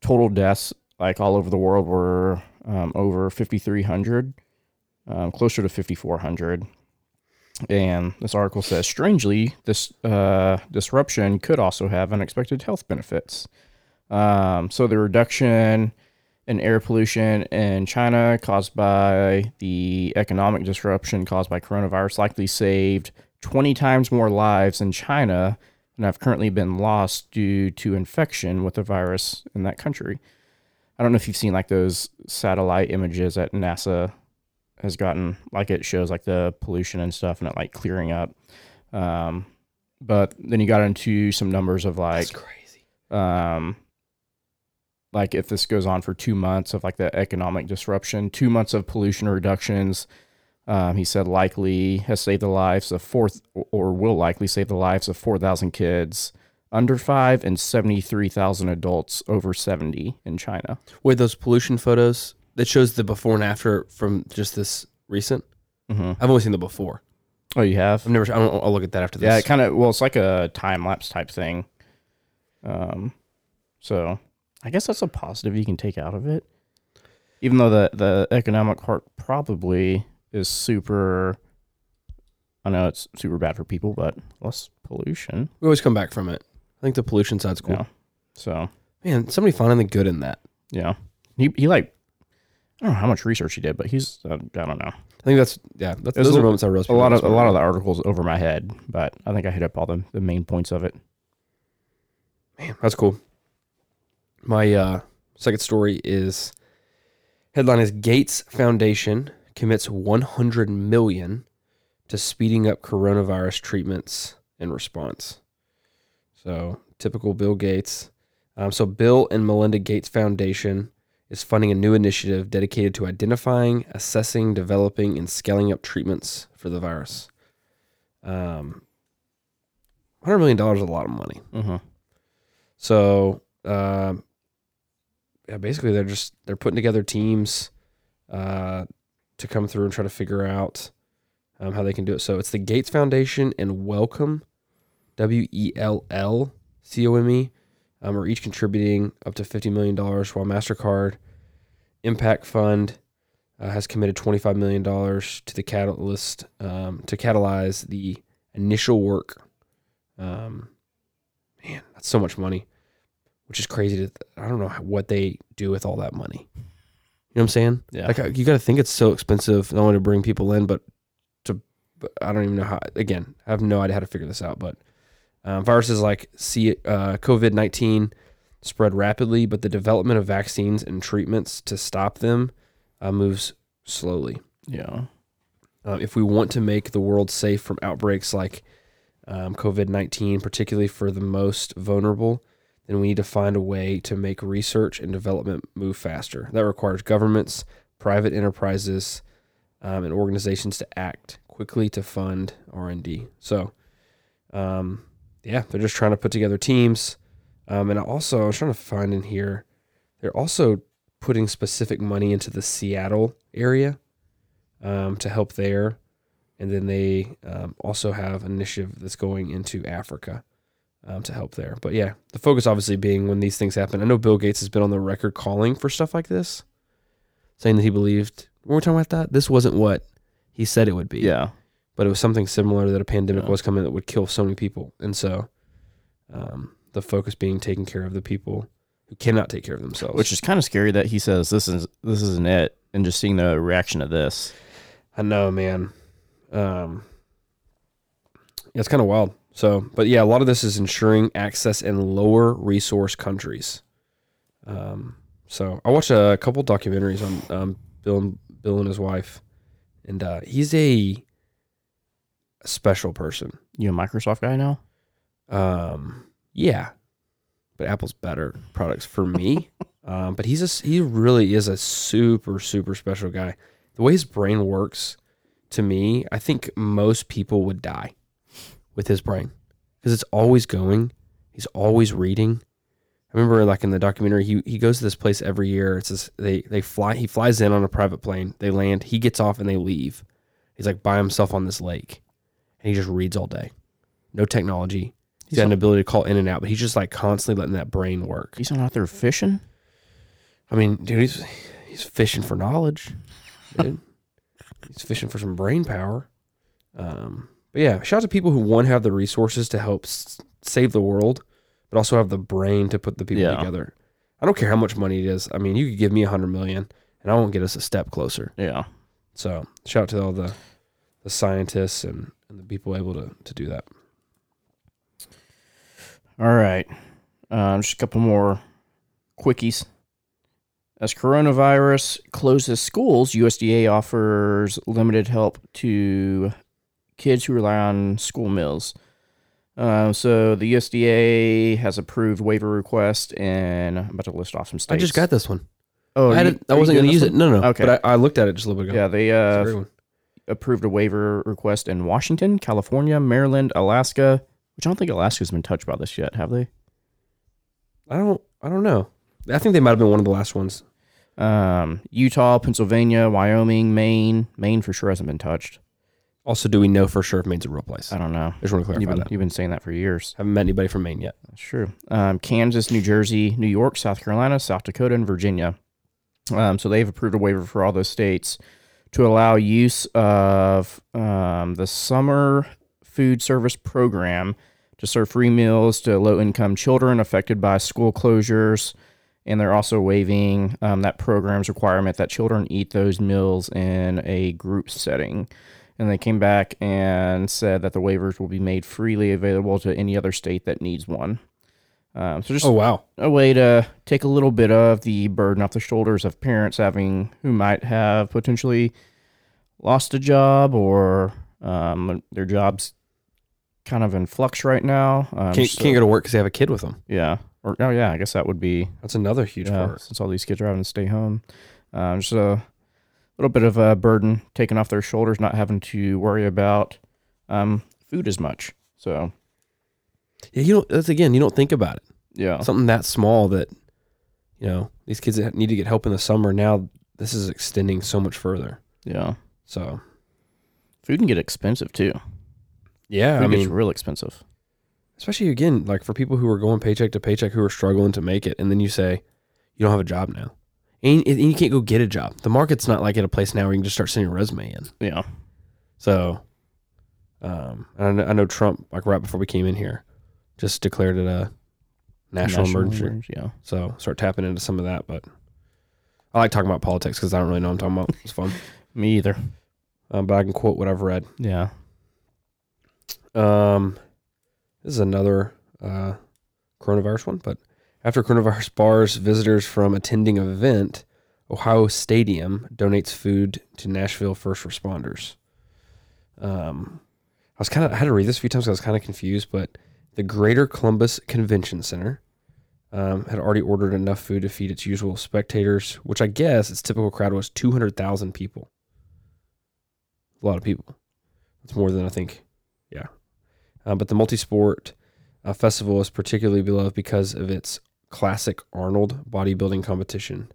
[SPEAKER 2] total deaths like all over the world were um, over fifty three hundred, um, closer to fifty four hundred. And this article says, strangely, this uh, disruption could also have unexpected health benefits. Um, so the reduction in air pollution in China caused by the economic disruption caused by coronavirus likely saved 20 times more lives in China than have currently been lost due to infection with the virus in that country. I don't know if you've seen like those satellite images that NASA has gotten, like it shows like the pollution and stuff and it like clearing up. Um, but then you got into some numbers of like
[SPEAKER 3] crazy.
[SPEAKER 2] um, like if this goes on for two months of like the economic disruption, two months of pollution reductions, um, he said likely has saved the lives of four or will likely save the lives of 4,000 kids under five and 73,000 adults over 70 in China.
[SPEAKER 3] Wait, those pollution photos that shows the before and after from just this recent.
[SPEAKER 2] Mhm.
[SPEAKER 3] I've only seen the before.
[SPEAKER 2] Oh, you have?
[SPEAKER 3] I've never. I don't, I'll look at that after this.
[SPEAKER 2] Yeah, it kind of, well, it's like a time lapse type thing. Um, so I guess that's a positive you can take out of it. Even though the, the economic part probably is super, I know it's super bad for people, but less pollution.
[SPEAKER 3] we always come back from it. I think the pollution side's cool.
[SPEAKER 2] Yeah. So,
[SPEAKER 3] Man, somebody finding the good in that.
[SPEAKER 2] yeah. He, he like, I don't know how much research he did, but he's, uh, I don't know.
[SPEAKER 3] I think that's yeah. That's,
[SPEAKER 2] There's
[SPEAKER 3] those
[SPEAKER 2] a-
[SPEAKER 3] are moments I realized.
[SPEAKER 2] A lot of, a lot of the articles over my head, but I think I hit up all the, the main points of it.
[SPEAKER 3] That's cool. My uh, second story is headline is Gates Foundation commits 100 million to speeding up coronavirus treatments and response. So typical Bill Gates. Um, so Bill and Melinda Gates Foundation is funding a new initiative dedicated to identifying, assessing, developing, and scaling up treatments for the virus. Um, 100 million dollars is a lot of money.
[SPEAKER 2] Mm-hmm.
[SPEAKER 3] So um, yeah, basically they're just they're putting together teams uh, to come through and try to figure out um, how they can do it. So it's the Gates Foundation and Welcome, W E L L C O M E, um, are each contributing up to fifty million dollars, while Mastercard Impact Fund. Uh, has committed $25 million to the catalyst um, to catalyze the initial work um, man, that's so much money, which is crazy. To I don't know how- what they do with all that money. You know what I'm saying?
[SPEAKER 2] Yeah.
[SPEAKER 3] Like I- you got to think it's so expensive not only to bring people in, but to but I don't even know how. Again, I have no idea how to figure this out. But um, viruses like C, uh, COVID nineteen spread rapidly, but the development of vaccines and treatments to stop them uh, moves slowly.
[SPEAKER 2] Yeah.
[SPEAKER 3] Um, if we want to make the world safe from outbreaks like um, COVID 19, particularly for the most vulnerable, then we need to find a way to make research and development move faster. That requires governments, private enterprises, um, and organizations to act quickly to fund R&D. So, um, yeah, they're just trying to put together teams. Um, and I also, I was trying to find in here, they're also putting specific money into the Seattle area um, to help there. And then they um, also have an initiative that's going into Africa um, to help there. But yeah, the focus obviously being when these things happen. I know Bill Gates has been on the record calling for stuff like this, saying that he believed When we we're talking about that, this wasn't what he said it would be.
[SPEAKER 2] Yeah.
[SPEAKER 3] But it was something similar that a pandemic was coming that would kill so many people. And so um, the focus being taking care of the people who cannot take care of themselves.
[SPEAKER 2] Which is kind of scary that he says this is this isn't it, and just seeing the reaction of this.
[SPEAKER 3] I know, man. Um, yeah, it's kind of wild. So, but yeah, a lot of this is ensuring access in lower resource countries. Um, so I watched a couple documentaries on um, Bill and Bill and his wife, and uh, he's a special person.
[SPEAKER 2] You a Microsoft guy now?
[SPEAKER 3] Um, yeah, but Apple's better products for me. um, but he's a s- he really is a super super special guy. The way his brain works, to me, I think most people would die with his brain because it's always going. He's always reading. I remember like in the documentary, he, he goes to this place every year. It's this, they they fly he flies in on a private plane. They land. He gets off and they leave. He's like by himself on this lake, and he just reads all day. No technology. He's got an ability to call in and out, but he's just like constantly letting that brain work.
[SPEAKER 2] He's not out there fishing.
[SPEAKER 3] I mean, dude, he's he's fishing for knowledge. Dude. (laughs) he's fishing for some brain power. Um, but yeah, shout out to people who one have the resources to help s- save the world, but also have the brain to put the people
[SPEAKER 2] Yeah.
[SPEAKER 3] together. I don't care how much money it is. I mean, you could give me a hundred million, and I won't get us a step closer.
[SPEAKER 2] Yeah.
[SPEAKER 3] So shout out to all the the scientists and, and the people able to to do that.
[SPEAKER 2] All right. Um, just a couple more quickies. As coronavirus closes schools, USDA offers limited help to kids who rely on school meals. Um, so the USDA has approved waiver request, and I'm about to list off some states.
[SPEAKER 3] I just got this one.
[SPEAKER 2] Oh,
[SPEAKER 3] I,
[SPEAKER 2] you-
[SPEAKER 3] didn't, I
[SPEAKER 2] are you
[SPEAKER 3] wasn't
[SPEAKER 2] doing
[SPEAKER 3] going to
[SPEAKER 2] this
[SPEAKER 3] use it.
[SPEAKER 2] one?
[SPEAKER 3] No, no. no.
[SPEAKER 2] Okay.
[SPEAKER 3] But I, I looked at it just a little bit ago.
[SPEAKER 2] Yeah, they
[SPEAKER 3] It's a
[SPEAKER 2] uh,
[SPEAKER 3] great one.
[SPEAKER 2] approved a waiver request in Washington, California, Maryland, Alaska. Which I don't think Alaska's been touched by this yet, have they?
[SPEAKER 3] I don't. I don't know. I think they might have been one of the last ones.
[SPEAKER 2] Um, Utah, Pennsylvania, Wyoming, Maine. Maine for sure hasn't been touched.
[SPEAKER 3] Also, do we know for sure if Maine's a real place?
[SPEAKER 2] I
[SPEAKER 3] I
[SPEAKER 2] don't know.
[SPEAKER 3] just want to clarify
[SPEAKER 2] You've been,
[SPEAKER 3] that.
[SPEAKER 2] you've been saying that for years.
[SPEAKER 3] haven't met anybody from Maine yet.
[SPEAKER 2] That's true. Um, Kansas, New Jersey, New York, South Carolina, South Dakota, and Virginia. Um, so they've approved a waiver for all those states to allow use of um, the summer food service program to serve free meals to low income children affected by school closures. And they're also waiving um, that program's requirement that children eat those meals in a group setting. And they came back and said that the waivers will be made freely available to any other state that needs one. Um, so just
[SPEAKER 3] Oh, wow!
[SPEAKER 2] a way to take a little bit of the burden off the shoulders of parents having who might have potentially lost a job or um, their jobs kind of in flux right now. Um,
[SPEAKER 3] Can't,
[SPEAKER 2] so-
[SPEAKER 3] can't go to work because they have a kid with them.
[SPEAKER 2] yeah. Or oh yeah, I guess that would be
[SPEAKER 3] That's another huge
[SPEAKER 2] yeah,
[SPEAKER 3] part.
[SPEAKER 2] since all these kids are having to stay home. Um, just a little bit of a burden taken off their shoulders, not having to worry about um, food as much. So
[SPEAKER 3] Yeah, you don't. That's again, you don't think about it.
[SPEAKER 2] yeah,
[SPEAKER 3] Something that small that, you know, these kids that need to get help in the summer. Now this is extending so much further.
[SPEAKER 2] yeah.
[SPEAKER 3] So
[SPEAKER 2] Food can get expensive too.
[SPEAKER 3] yeah,
[SPEAKER 2] Food
[SPEAKER 3] I
[SPEAKER 2] gets
[SPEAKER 3] mean,
[SPEAKER 2] real expensive.
[SPEAKER 3] especially again, like for people who are going paycheck to paycheck, who are struggling to make it, and then you say, you don't have a job now, and, and you can't go get a job. The market's not like at a place now where you can just start sending your resume in.
[SPEAKER 2] Yeah.
[SPEAKER 3] So, um, I know, I know Trump, like right before we came in here, just declared it a national, emergency.
[SPEAKER 2] Yeah.
[SPEAKER 3] So start tapping into some of that. But I like talking about politics because I don't really know what I'm talking about. It's fun.
[SPEAKER 2] Me either.
[SPEAKER 3] um, but I can quote what I've read.
[SPEAKER 2] Yeah.
[SPEAKER 3] Um, this is another uh, coronavirus one, but after coronavirus bars visitors from attending an event, Ohio Stadium donates food to Nashville first responders. Um, I was kind of I had to read this a few times. 'cause I was kind of confused, but the Greater Columbus Convention Center um, had already ordered enough food to feed its usual spectators, which I guess its typical crowd was two hundred thousand people. A lot of people. That's more than I think um, but the multi-sport uh, festival is particularly beloved because of its classic Arnold bodybuilding competition,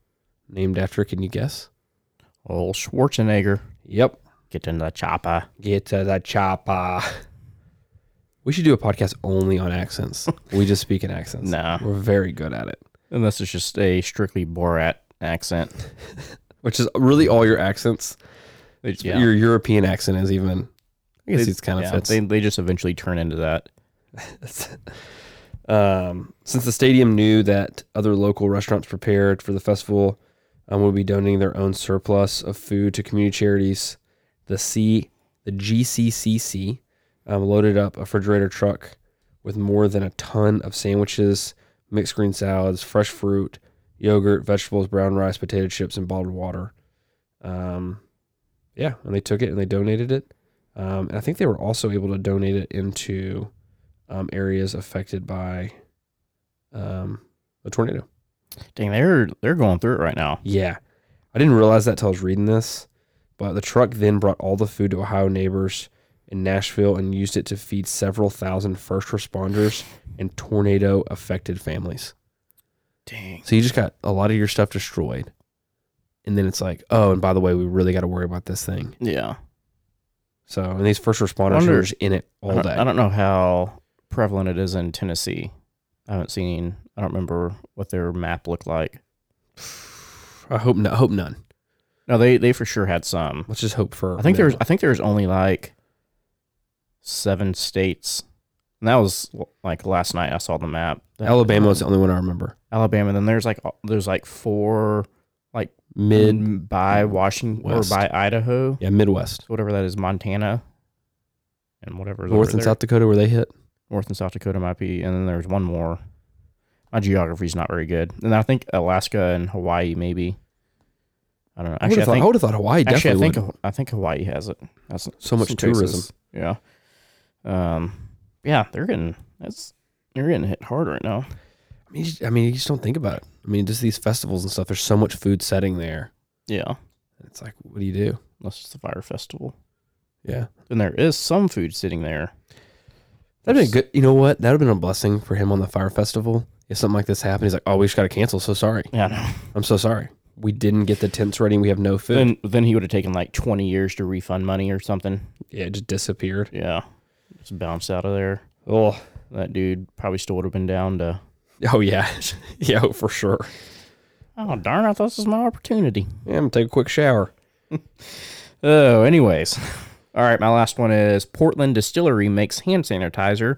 [SPEAKER 3] named after. Can you guess?
[SPEAKER 2] Old Schwarzenegger.
[SPEAKER 3] Yep.
[SPEAKER 2] Get in the chopper.
[SPEAKER 3] Get to the chopper. (laughs) We should do a podcast only
[SPEAKER 2] (laughs)
[SPEAKER 3] on accents. we just speak in accents.
[SPEAKER 2] Nah.
[SPEAKER 3] we're very good at it.
[SPEAKER 2] Unless it's just a strictly Borat accent.
[SPEAKER 3] which is really all your accents. It's
[SPEAKER 2] Yeah.
[SPEAKER 3] Your European accent is even. I guess it's kind of
[SPEAKER 2] yeah,
[SPEAKER 3] fits.
[SPEAKER 2] They, they just eventually turn into that.
[SPEAKER 3] Um, since the stadium knew that other local restaurants prepared for the festival um, would be donating their own surplus of food to community charities, the C, the GCCC, um, loaded up a refrigerator truck with more than a ton of sandwiches, mixed green salads, fresh fruit, yogurt, vegetables, brown rice, potato chips, and bottled water. Um, yeah, and they took it and they donated it. Um, and I think they were also able to donate it into um, areas affected by um, a tornado.
[SPEAKER 2] Dang, they're they're going through it right now.
[SPEAKER 3] Yeah. I didn't realize that till I was reading this, but the truck then brought all the food to Ohio neighbors in Nashville and used it to feed several thousand first responders and tornado affected families.
[SPEAKER 2] Dang.
[SPEAKER 3] So you just got a lot of your stuff destroyed. And then it's like, oh, and by the way, we really got to worry about this thing.
[SPEAKER 2] Yeah.
[SPEAKER 3] So, and these first responders
[SPEAKER 2] Wonder-
[SPEAKER 3] are just in it
[SPEAKER 2] I
[SPEAKER 3] all
[SPEAKER 2] don't,
[SPEAKER 3] day.
[SPEAKER 2] I don't know how prevalent it is in Tennessee. I haven't seen. I don't remember what their map looked like.
[SPEAKER 3] I hope not. Hope none.
[SPEAKER 2] No, they they for sure had some.
[SPEAKER 3] Let's just hope for.
[SPEAKER 2] I think there's.
[SPEAKER 3] minimal.
[SPEAKER 2] I think there's only like seven states, and that was like last night. I saw the map.
[SPEAKER 3] Alabama was the only one I remember.
[SPEAKER 2] Alabama. Then there's like there's like four like Mm,
[SPEAKER 3] Mid,
[SPEAKER 2] by Washington
[SPEAKER 3] West.
[SPEAKER 2] or by Idaho,
[SPEAKER 3] yeah, Midwest.
[SPEAKER 2] whatever that is, Montana, and whatever is
[SPEAKER 3] North
[SPEAKER 2] over
[SPEAKER 3] and
[SPEAKER 2] there.
[SPEAKER 3] South Dakota where they hit.
[SPEAKER 2] North and South Dakota might be, and then there's one more. My geography's not very good, and I think Alaska and Hawaii maybe. I don't know. Actually, I,
[SPEAKER 3] I,
[SPEAKER 2] think,
[SPEAKER 3] would have thought Hawaii
[SPEAKER 2] actually I
[SPEAKER 3] definitely
[SPEAKER 2] think
[SPEAKER 3] would.
[SPEAKER 2] I think Hawaii has it. That's
[SPEAKER 3] So much
[SPEAKER 2] some
[SPEAKER 3] tourism.
[SPEAKER 2] places. Yeah. Um. Yeah, they're getting that's they're getting hit hard right now.
[SPEAKER 3] I mean, you just- I mean, you just don't think about it. I mean, just these festivals and stuff. There's so much food setting there.
[SPEAKER 2] Yeah,
[SPEAKER 3] It's like, what do you do?
[SPEAKER 2] unless it's the fire festival,
[SPEAKER 3] Yeah,
[SPEAKER 2] and there is some food sitting there.
[SPEAKER 3] that'd been a good. You know what? That'd have been a blessing for him on the fire festival. If something like this happened, he's like, "Oh, we just got to cancel. So sorry.
[SPEAKER 2] Yeah. I know.
[SPEAKER 3] I'm so sorry. We didn't get the tents ready. We have no
[SPEAKER 2] (laughs)
[SPEAKER 3] food.
[SPEAKER 2] Then then he would have taken like twenty years to refund money or something.
[SPEAKER 3] yeah, it just disappeared.
[SPEAKER 2] Yeah, just bounced out of there.
[SPEAKER 3] Oh,
[SPEAKER 2] That dude probably still would have been down to.
[SPEAKER 3] oh yeah, (laughs) yeah, oh, for sure.
[SPEAKER 2] Oh darn! I thought this was my opportunity.
[SPEAKER 3] Yeah, I'm gonna take a quick shower.
[SPEAKER 2] Oh, anyways, (laughs) all right. My last one is Portland Distillery makes hand sanitizer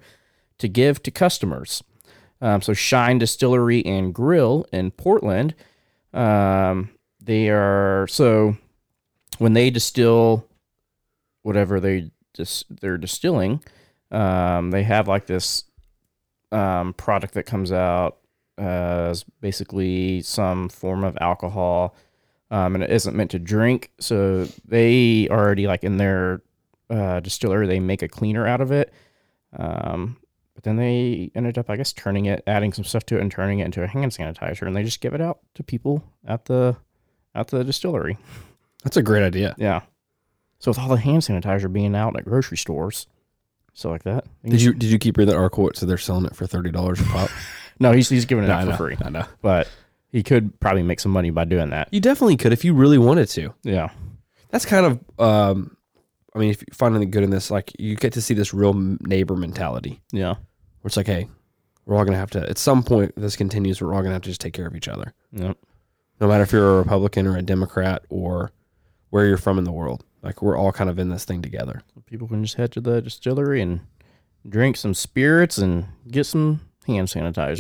[SPEAKER 2] to give to customers. Um, so Shine Distillery and Grill in Portland, um, they are so when they distill whatever they dis- they're distilling, um, they have like this um, product that comes out as basically some form of alcohol um, and it isn't meant to drink. So they already like in their uh, distiller, they make a cleaner out of it. Um, but then they ended up, I guess, turning it, adding some stuff to it, and turning it into a hand sanitizer, and they just give it out to people at the at the distillery.
[SPEAKER 3] That's a great idea.
[SPEAKER 2] Yeah. So with all the hand sanitizer being out at grocery stores, stuff like that.
[SPEAKER 3] Did you did you keep reading that article? So they're selling it for thirty dollars a
[SPEAKER 2] (laughs)
[SPEAKER 3] pop.
[SPEAKER 2] No, he's he's giving it
[SPEAKER 3] I
[SPEAKER 2] out
[SPEAKER 3] know,
[SPEAKER 2] for free,
[SPEAKER 3] I know.
[SPEAKER 2] but he could probably make some money by doing that.
[SPEAKER 3] You definitely could if you really wanted to.
[SPEAKER 2] Yeah.
[SPEAKER 3] That's kind of, um, I mean, if you find anything good in this, like you get to see this real m- neighbor mentality
[SPEAKER 2] Yeah.
[SPEAKER 3] where it's like, hey, we're all going to have to, at some point, if this continues, we're all going to have to just take care of each other.
[SPEAKER 2] Yep.
[SPEAKER 3] No matter if you're a Republican or a Democrat or where you're from in the world, like we're all kind of in this thing together.
[SPEAKER 2] people can just head to the distillery and drink some spirits and get some hand sanitizer.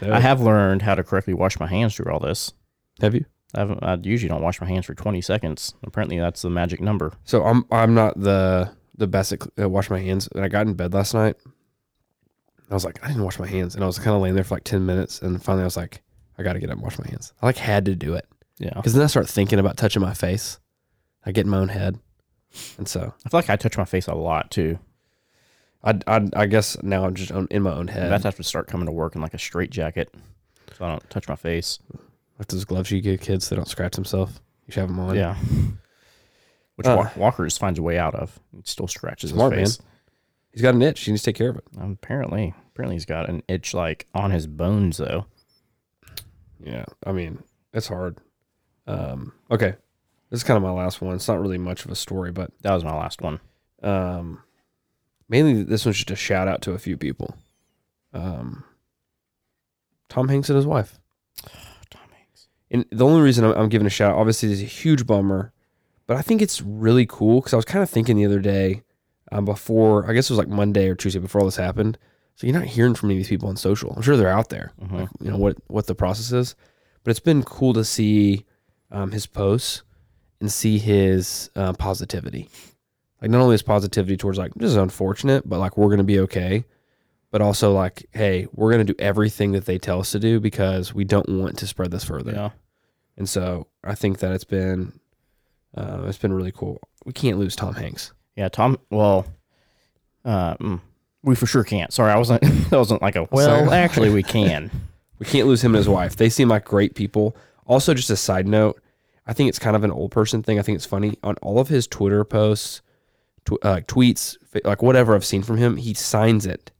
[SPEAKER 3] So-
[SPEAKER 2] I have learned how to correctly wash my hands through all this.
[SPEAKER 3] Have you?
[SPEAKER 2] I haven't. I usually don't wash my hands for 20 seconds. Apparently, that's the magic number.
[SPEAKER 3] So I'm I'm not the the best at cl- uh, wash my hands. And I got in bed last night. I was like, I didn't wash my hands, and I was kind of laying there for like ten minutes, and finally I was like, I got to get up and wash my hands. I like had to do it
[SPEAKER 2] Yeah, I
[SPEAKER 3] because then I start thinking about touching my face. I get in my own head, and so
[SPEAKER 2] feel like I touch my face a lot too.
[SPEAKER 3] I I, I guess now I'm just on- in my own
[SPEAKER 2] I'd
[SPEAKER 3] head.
[SPEAKER 2] have to have to start coming to work in like a straight jacket, so I don't touch my face.
[SPEAKER 3] like those gloves you give kids, they don't scratch themselves. You should have them on.
[SPEAKER 2] Yeah, which
[SPEAKER 3] Uh.
[SPEAKER 2] Wa- Walker just finds a way out of. He still scratches
[SPEAKER 3] Smart, man.
[SPEAKER 2] his face.
[SPEAKER 3] he's got an itch. You need to take care of it.
[SPEAKER 2] Um, apparently, apparently he's got an itch like on his bones though.
[SPEAKER 3] Yeah, I mean, it's hard. Um, okay, this is kind of my last one. It's not really much of a story, but
[SPEAKER 2] That was my last one.
[SPEAKER 3] Um, mainly, this one's just a shout out to a few people. Um, Tom Hanks and his wife.
[SPEAKER 2] Tom Hanks.
[SPEAKER 3] And the only reason I'm, I'm giving a shout out, obviously, is a huge bummer, but I think it's really cool because I was kind of thinking the other day, um, before I guess it was like Monday or Tuesday before all this happened. So you're not hearing from any of these people on social. I'm sure they're out there. like, you know what what the process is, but it's been cool to see um, his posts and see his uh, positivity. Like not only his positivity towards like this is unfortunate, but like we're gonna be okay but also like, hey, we're gonna do everything that they tell us to do because we don't want to spread this further.
[SPEAKER 2] Yeah.
[SPEAKER 3] And so I think that it's been uh, it's been really cool. We can't lose Tom Hanks.
[SPEAKER 2] Yeah, Tom. Well, uh, mm, we for sure can't. Sorry, I wasn't. (laughs) That wasn't like a. Well,
[SPEAKER 3] Sorry.
[SPEAKER 2] actually, we
[SPEAKER 3] (laughs)
[SPEAKER 2] can.
[SPEAKER 3] We can't lose
[SPEAKER 2] (laughs)
[SPEAKER 3] him and his wife. They seem like great people. Also, just a side note, I think it's kind of an old person thing. I think it's funny on all of his Twitter posts, tw- uh, tweets, fa- like whatever I've seen from him, he signs it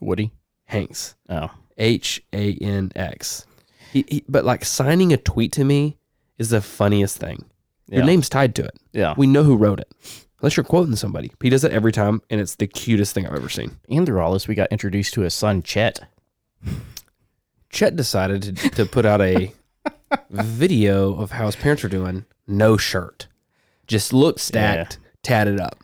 [SPEAKER 2] Woody.
[SPEAKER 3] Hanks.
[SPEAKER 2] Oh,
[SPEAKER 3] H A N X. He, he, but like signing a tweet to me is the funniest thing.
[SPEAKER 2] Yeah.
[SPEAKER 3] Your name's tied to it.
[SPEAKER 2] yeah.
[SPEAKER 3] We know who wrote it, unless you're quoting somebody. He does it every time, and it's the cutest thing I've ever seen.
[SPEAKER 2] and through all this, we got introduced to his son Chet.
[SPEAKER 3] Chet decided to, to put out a video of how his parents are doing. No shirt, just look stacked, tatted up.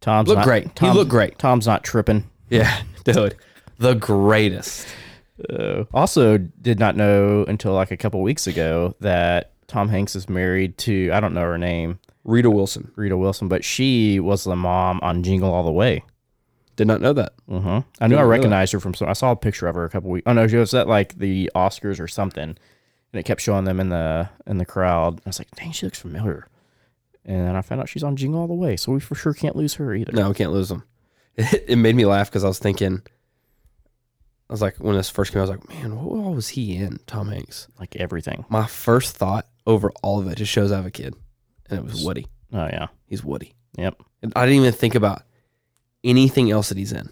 [SPEAKER 2] Tom's
[SPEAKER 3] Looked
[SPEAKER 2] not,
[SPEAKER 3] great. He
[SPEAKER 2] Tom's-
[SPEAKER 3] looked great.
[SPEAKER 2] Tom's not tripping.
[SPEAKER 3] Yeah, (laughs) dude, the greatest. Oh.
[SPEAKER 2] Also, did not know until like a couple weeks ago that Tom Hanks is married to I don't know her name,
[SPEAKER 3] Rita Wilson
[SPEAKER 2] Rita Wilson, but she was the mom on Jingle All the Way.
[SPEAKER 3] did not know that.
[SPEAKER 2] hmm I knew I
[SPEAKER 3] know that.
[SPEAKER 2] recognized her from. some- I saw a picture of her a couple weeks. Oh no, she was at like the Oscars or something, and it kept showing them in the in the crowd. I was like, dang, she looks familiar. And then I found out she's on Jingle All the Way, so we for sure can't lose her either.
[SPEAKER 3] No, we can't lose them. (laughs) It, made me laugh because I was thinking, I was like, when this first came, out, I was like, man, what all was he in? Tom Hanks.
[SPEAKER 2] Like everything.
[SPEAKER 3] My first thought over all of it just shows I have a kid, and it was Woody.
[SPEAKER 2] Oh yeah.
[SPEAKER 3] He's Woody.
[SPEAKER 2] Yep.
[SPEAKER 3] And I didn't even think about anything else that he's in.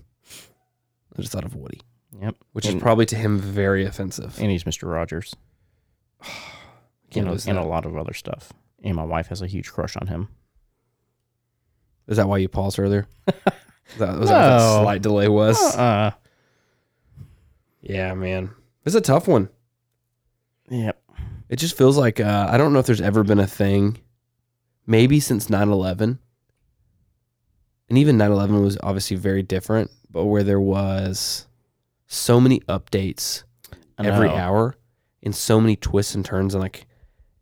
[SPEAKER 3] I just thought of Woody,
[SPEAKER 2] Yep.
[SPEAKER 3] which
[SPEAKER 2] and,
[SPEAKER 3] is probably to him very offensive.
[SPEAKER 2] and he's Mr. Rogers.
[SPEAKER 3] Can't
[SPEAKER 2] and,
[SPEAKER 3] lose
[SPEAKER 2] a, and a
[SPEAKER 3] that.
[SPEAKER 2] lot of other stuff. And my wife has a huge crush on him.
[SPEAKER 3] Is that why you
[SPEAKER 2] (laughs)
[SPEAKER 3] paused earlier? Is that, was that what that
[SPEAKER 2] No.
[SPEAKER 3] slight delay was?
[SPEAKER 2] Uh,
[SPEAKER 3] Yeah, man. This is a tough one.
[SPEAKER 2] yep.
[SPEAKER 3] It just feels like uh, I don't know if there's ever been a thing, maybe since 9 11. And even 9 11 was obviously very different, but where there was so many updates
[SPEAKER 2] I
[SPEAKER 3] every
[SPEAKER 2] know.
[SPEAKER 3] hour and so many twists and turns. And like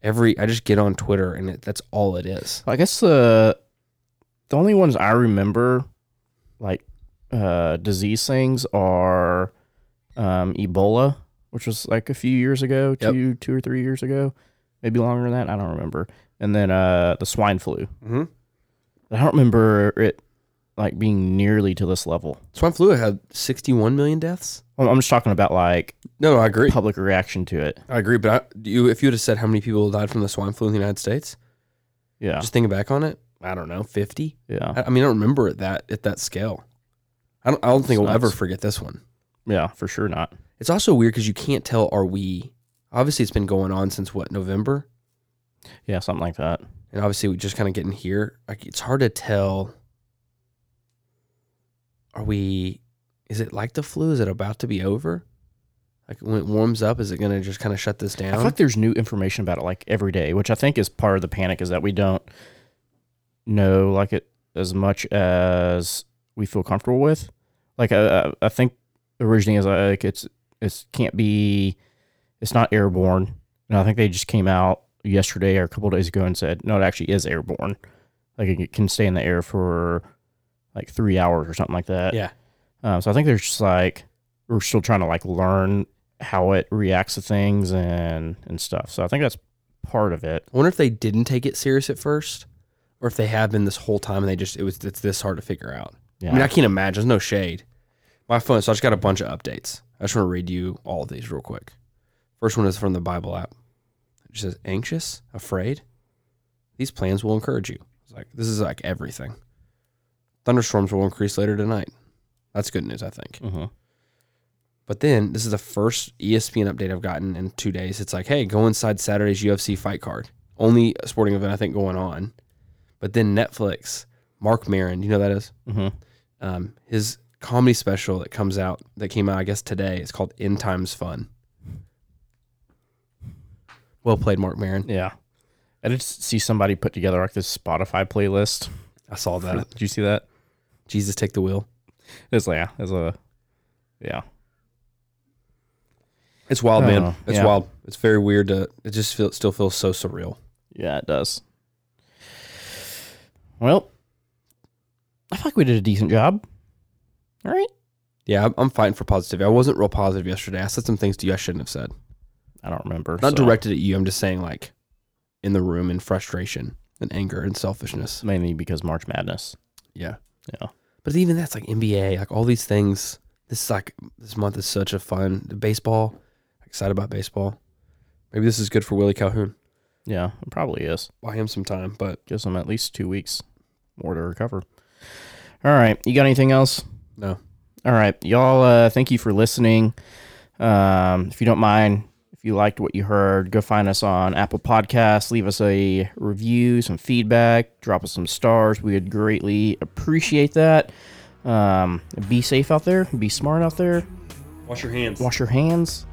[SPEAKER 3] every, I just get on Twitter and it, that's all it is.
[SPEAKER 2] I guess the the only ones I remember, like uh, disease things, are um, Ebola, which was like a few years ago,
[SPEAKER 3] Yep.
[SPEAKER 2] two two or three years ago, maybe longer than that. I don't remember. And then uh, the swine flu.
[SPEAKER 3] Mhm.
[SPEAKER 2] I don't remember it like being nearly to this level.
[SPEAKER 3] Swine flu had 61 million deaths.
[SPEAKER 2] I'm I'm just talking about like
[SPEAKER 3] No, I agree.
[SPEAKER 2] public reaction to it.
[SPEAKER 3] I agree. But I, you, if you would have said how many people died from the swine flu in the United States,
[SPEAKER 2] Yeah,
[SPEAKER 3] just thinking back on it, I don't know, 50?
[SPEAKER 2] yeah,
[SPEAKER 3] I, I mean, I don't remember it that at that scale. I don't. I don't think
[SPEAKER 2] It's
[SPEAKER 3] I'll ever
[SPEAKER 2] nuts.
[SPEAKER 3] forget this one.
[SPEAKER 2] yeah, for sure not.
[SPEAKER 3] It's also weird because you can't tell. Are we? Obviously, it's been going on since what November,
[SPEAKER 2] Yeah, something like that.
[SPEAKER 3] and obviously we just kind of getting here. Like it's hard to tell. Are we? Is it like the flu? Is it about to be over? Like when it warms up, is it going to just kind of shut this
[SPEAKER 2] I
[SPEAKER 3] down?
[SPEAKER 2] feel like there's new information about it like every day, which I think is part of the panic is that we don't know like it as much as we feel comfortable with. Like I, I I think originally is like it's it's can't be it's not airborne, and I think they just came out yesterday or a couple days ago and said no, it actually is airborne. Like it can stay in the air for like three hours or something like that.
[SPEAKER 3] yeah,
[SPEAKER 2] Um, so I think there's just like we're still trying to like learn how it reacts to things and and stuff. So I think that's part of it.
[SPEAKER 3] I wonder if they didn't take it serious at first, or if they have been this whole time and they just it was it's this hard to figure out.
[SPEAKER 2] Yeah.
[SPEAKER 3] I mean, I can't imagine. There's no shade. My phone. So I just got a bunch of updates. I just want to read you all of these real quick. First one is from the Bible app. It says, "Anxious, afraid. These plans will encourage you." It's like this is like everything. Thunderstorms will increase later tonight. That's good news, I think.
[SPEAKER 2] Mhm.
[SPEAKER 3] But then this is the first E ESPN update I've gotten in two days. It's like, hey, go inside Saturday's UFC fight card. Only sporting event I think going on. But then Netflix, Mark Maron, you know who that is?
[SPEAKER 2] Mhm.
[SPEAKER 3] Um, his comedy special that comes out that came out I guess today. It's called End Times Fun. Well played, Mark Marin.
[SPEAKER 2] Yeah. I did see somebody put together like this Spotify playlist.
[SPEAKER 3] I saw that.
[SPEAKER 2] Did you see that?
[SPEAKER 3] Jesus, take the wheel.
[SPEAKER 2] It's like, yeah, it's a, yeah.
[SPEAKER 3] It's wild,
[SPEAKER 2] I
[SPEAKER 3] man.
[SPEAKER 2] don't know.
[SPEAKER 3] It's
[SPEAKER 2] Yeah.
[SPEAKER 3] wild. It's very weird. To, it just feel, still feels so surreal.
[SPEAKER 2] Yeah, it does. Well, I feel like we did a decent job. All right.
[SPEAKER 3] Yeah, I'm, I'm fighting for positivity. I wasn't real positive yesterday. I said some things to you I shouldn't have said.
[SPEAKER 2] I don't remember.
[SPEAKER 3] Not
[SPEAKER 2] so-
[SPEAKER 3] directed at you. I'm just saying, like, in the room, in frustration and anger and selfishness.
[SPEAKER 2] Mainly because March Madness.
[SPEAKER 3] Yeah.
[SPEAKER 2] Yeah.
[SPEAKER 3] But even that's like NBA, like all these things. This is like this month is such a fun baseball. Excited about baseball. Maybe this is good for Willie Calhoun.
[SPEAKER 2] Yeah, it probably is.
[SPEAKER 3] Buy him some time, but
[SPEAKER 2] Gives them at least two weeks more to recover. All right. You got anything else?
[SPEAKER 3] no.
[SPEAKER 2] All right, y'all. Uh, thank you for listening. Um, if you don't mind, if you liked what you heard, go find us on Apple Podcasts. Leave us a review, some feedback, drop us some stars. We would greatly appreciate that. Um, be safe out there. Be smart out there.
[SPEAKER 3] Wash your hands.
[SPEAKER 2] Wash your hands.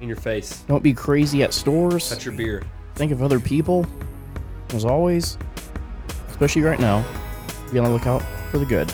[SPEAKER 3] in your face.
[SPEAKER 2] Don't be crazy at stores.
[SPEAKER 3] your beer.
[SPEAKER 2] Think of other people. As always, especially right now, be on the lookout for the good.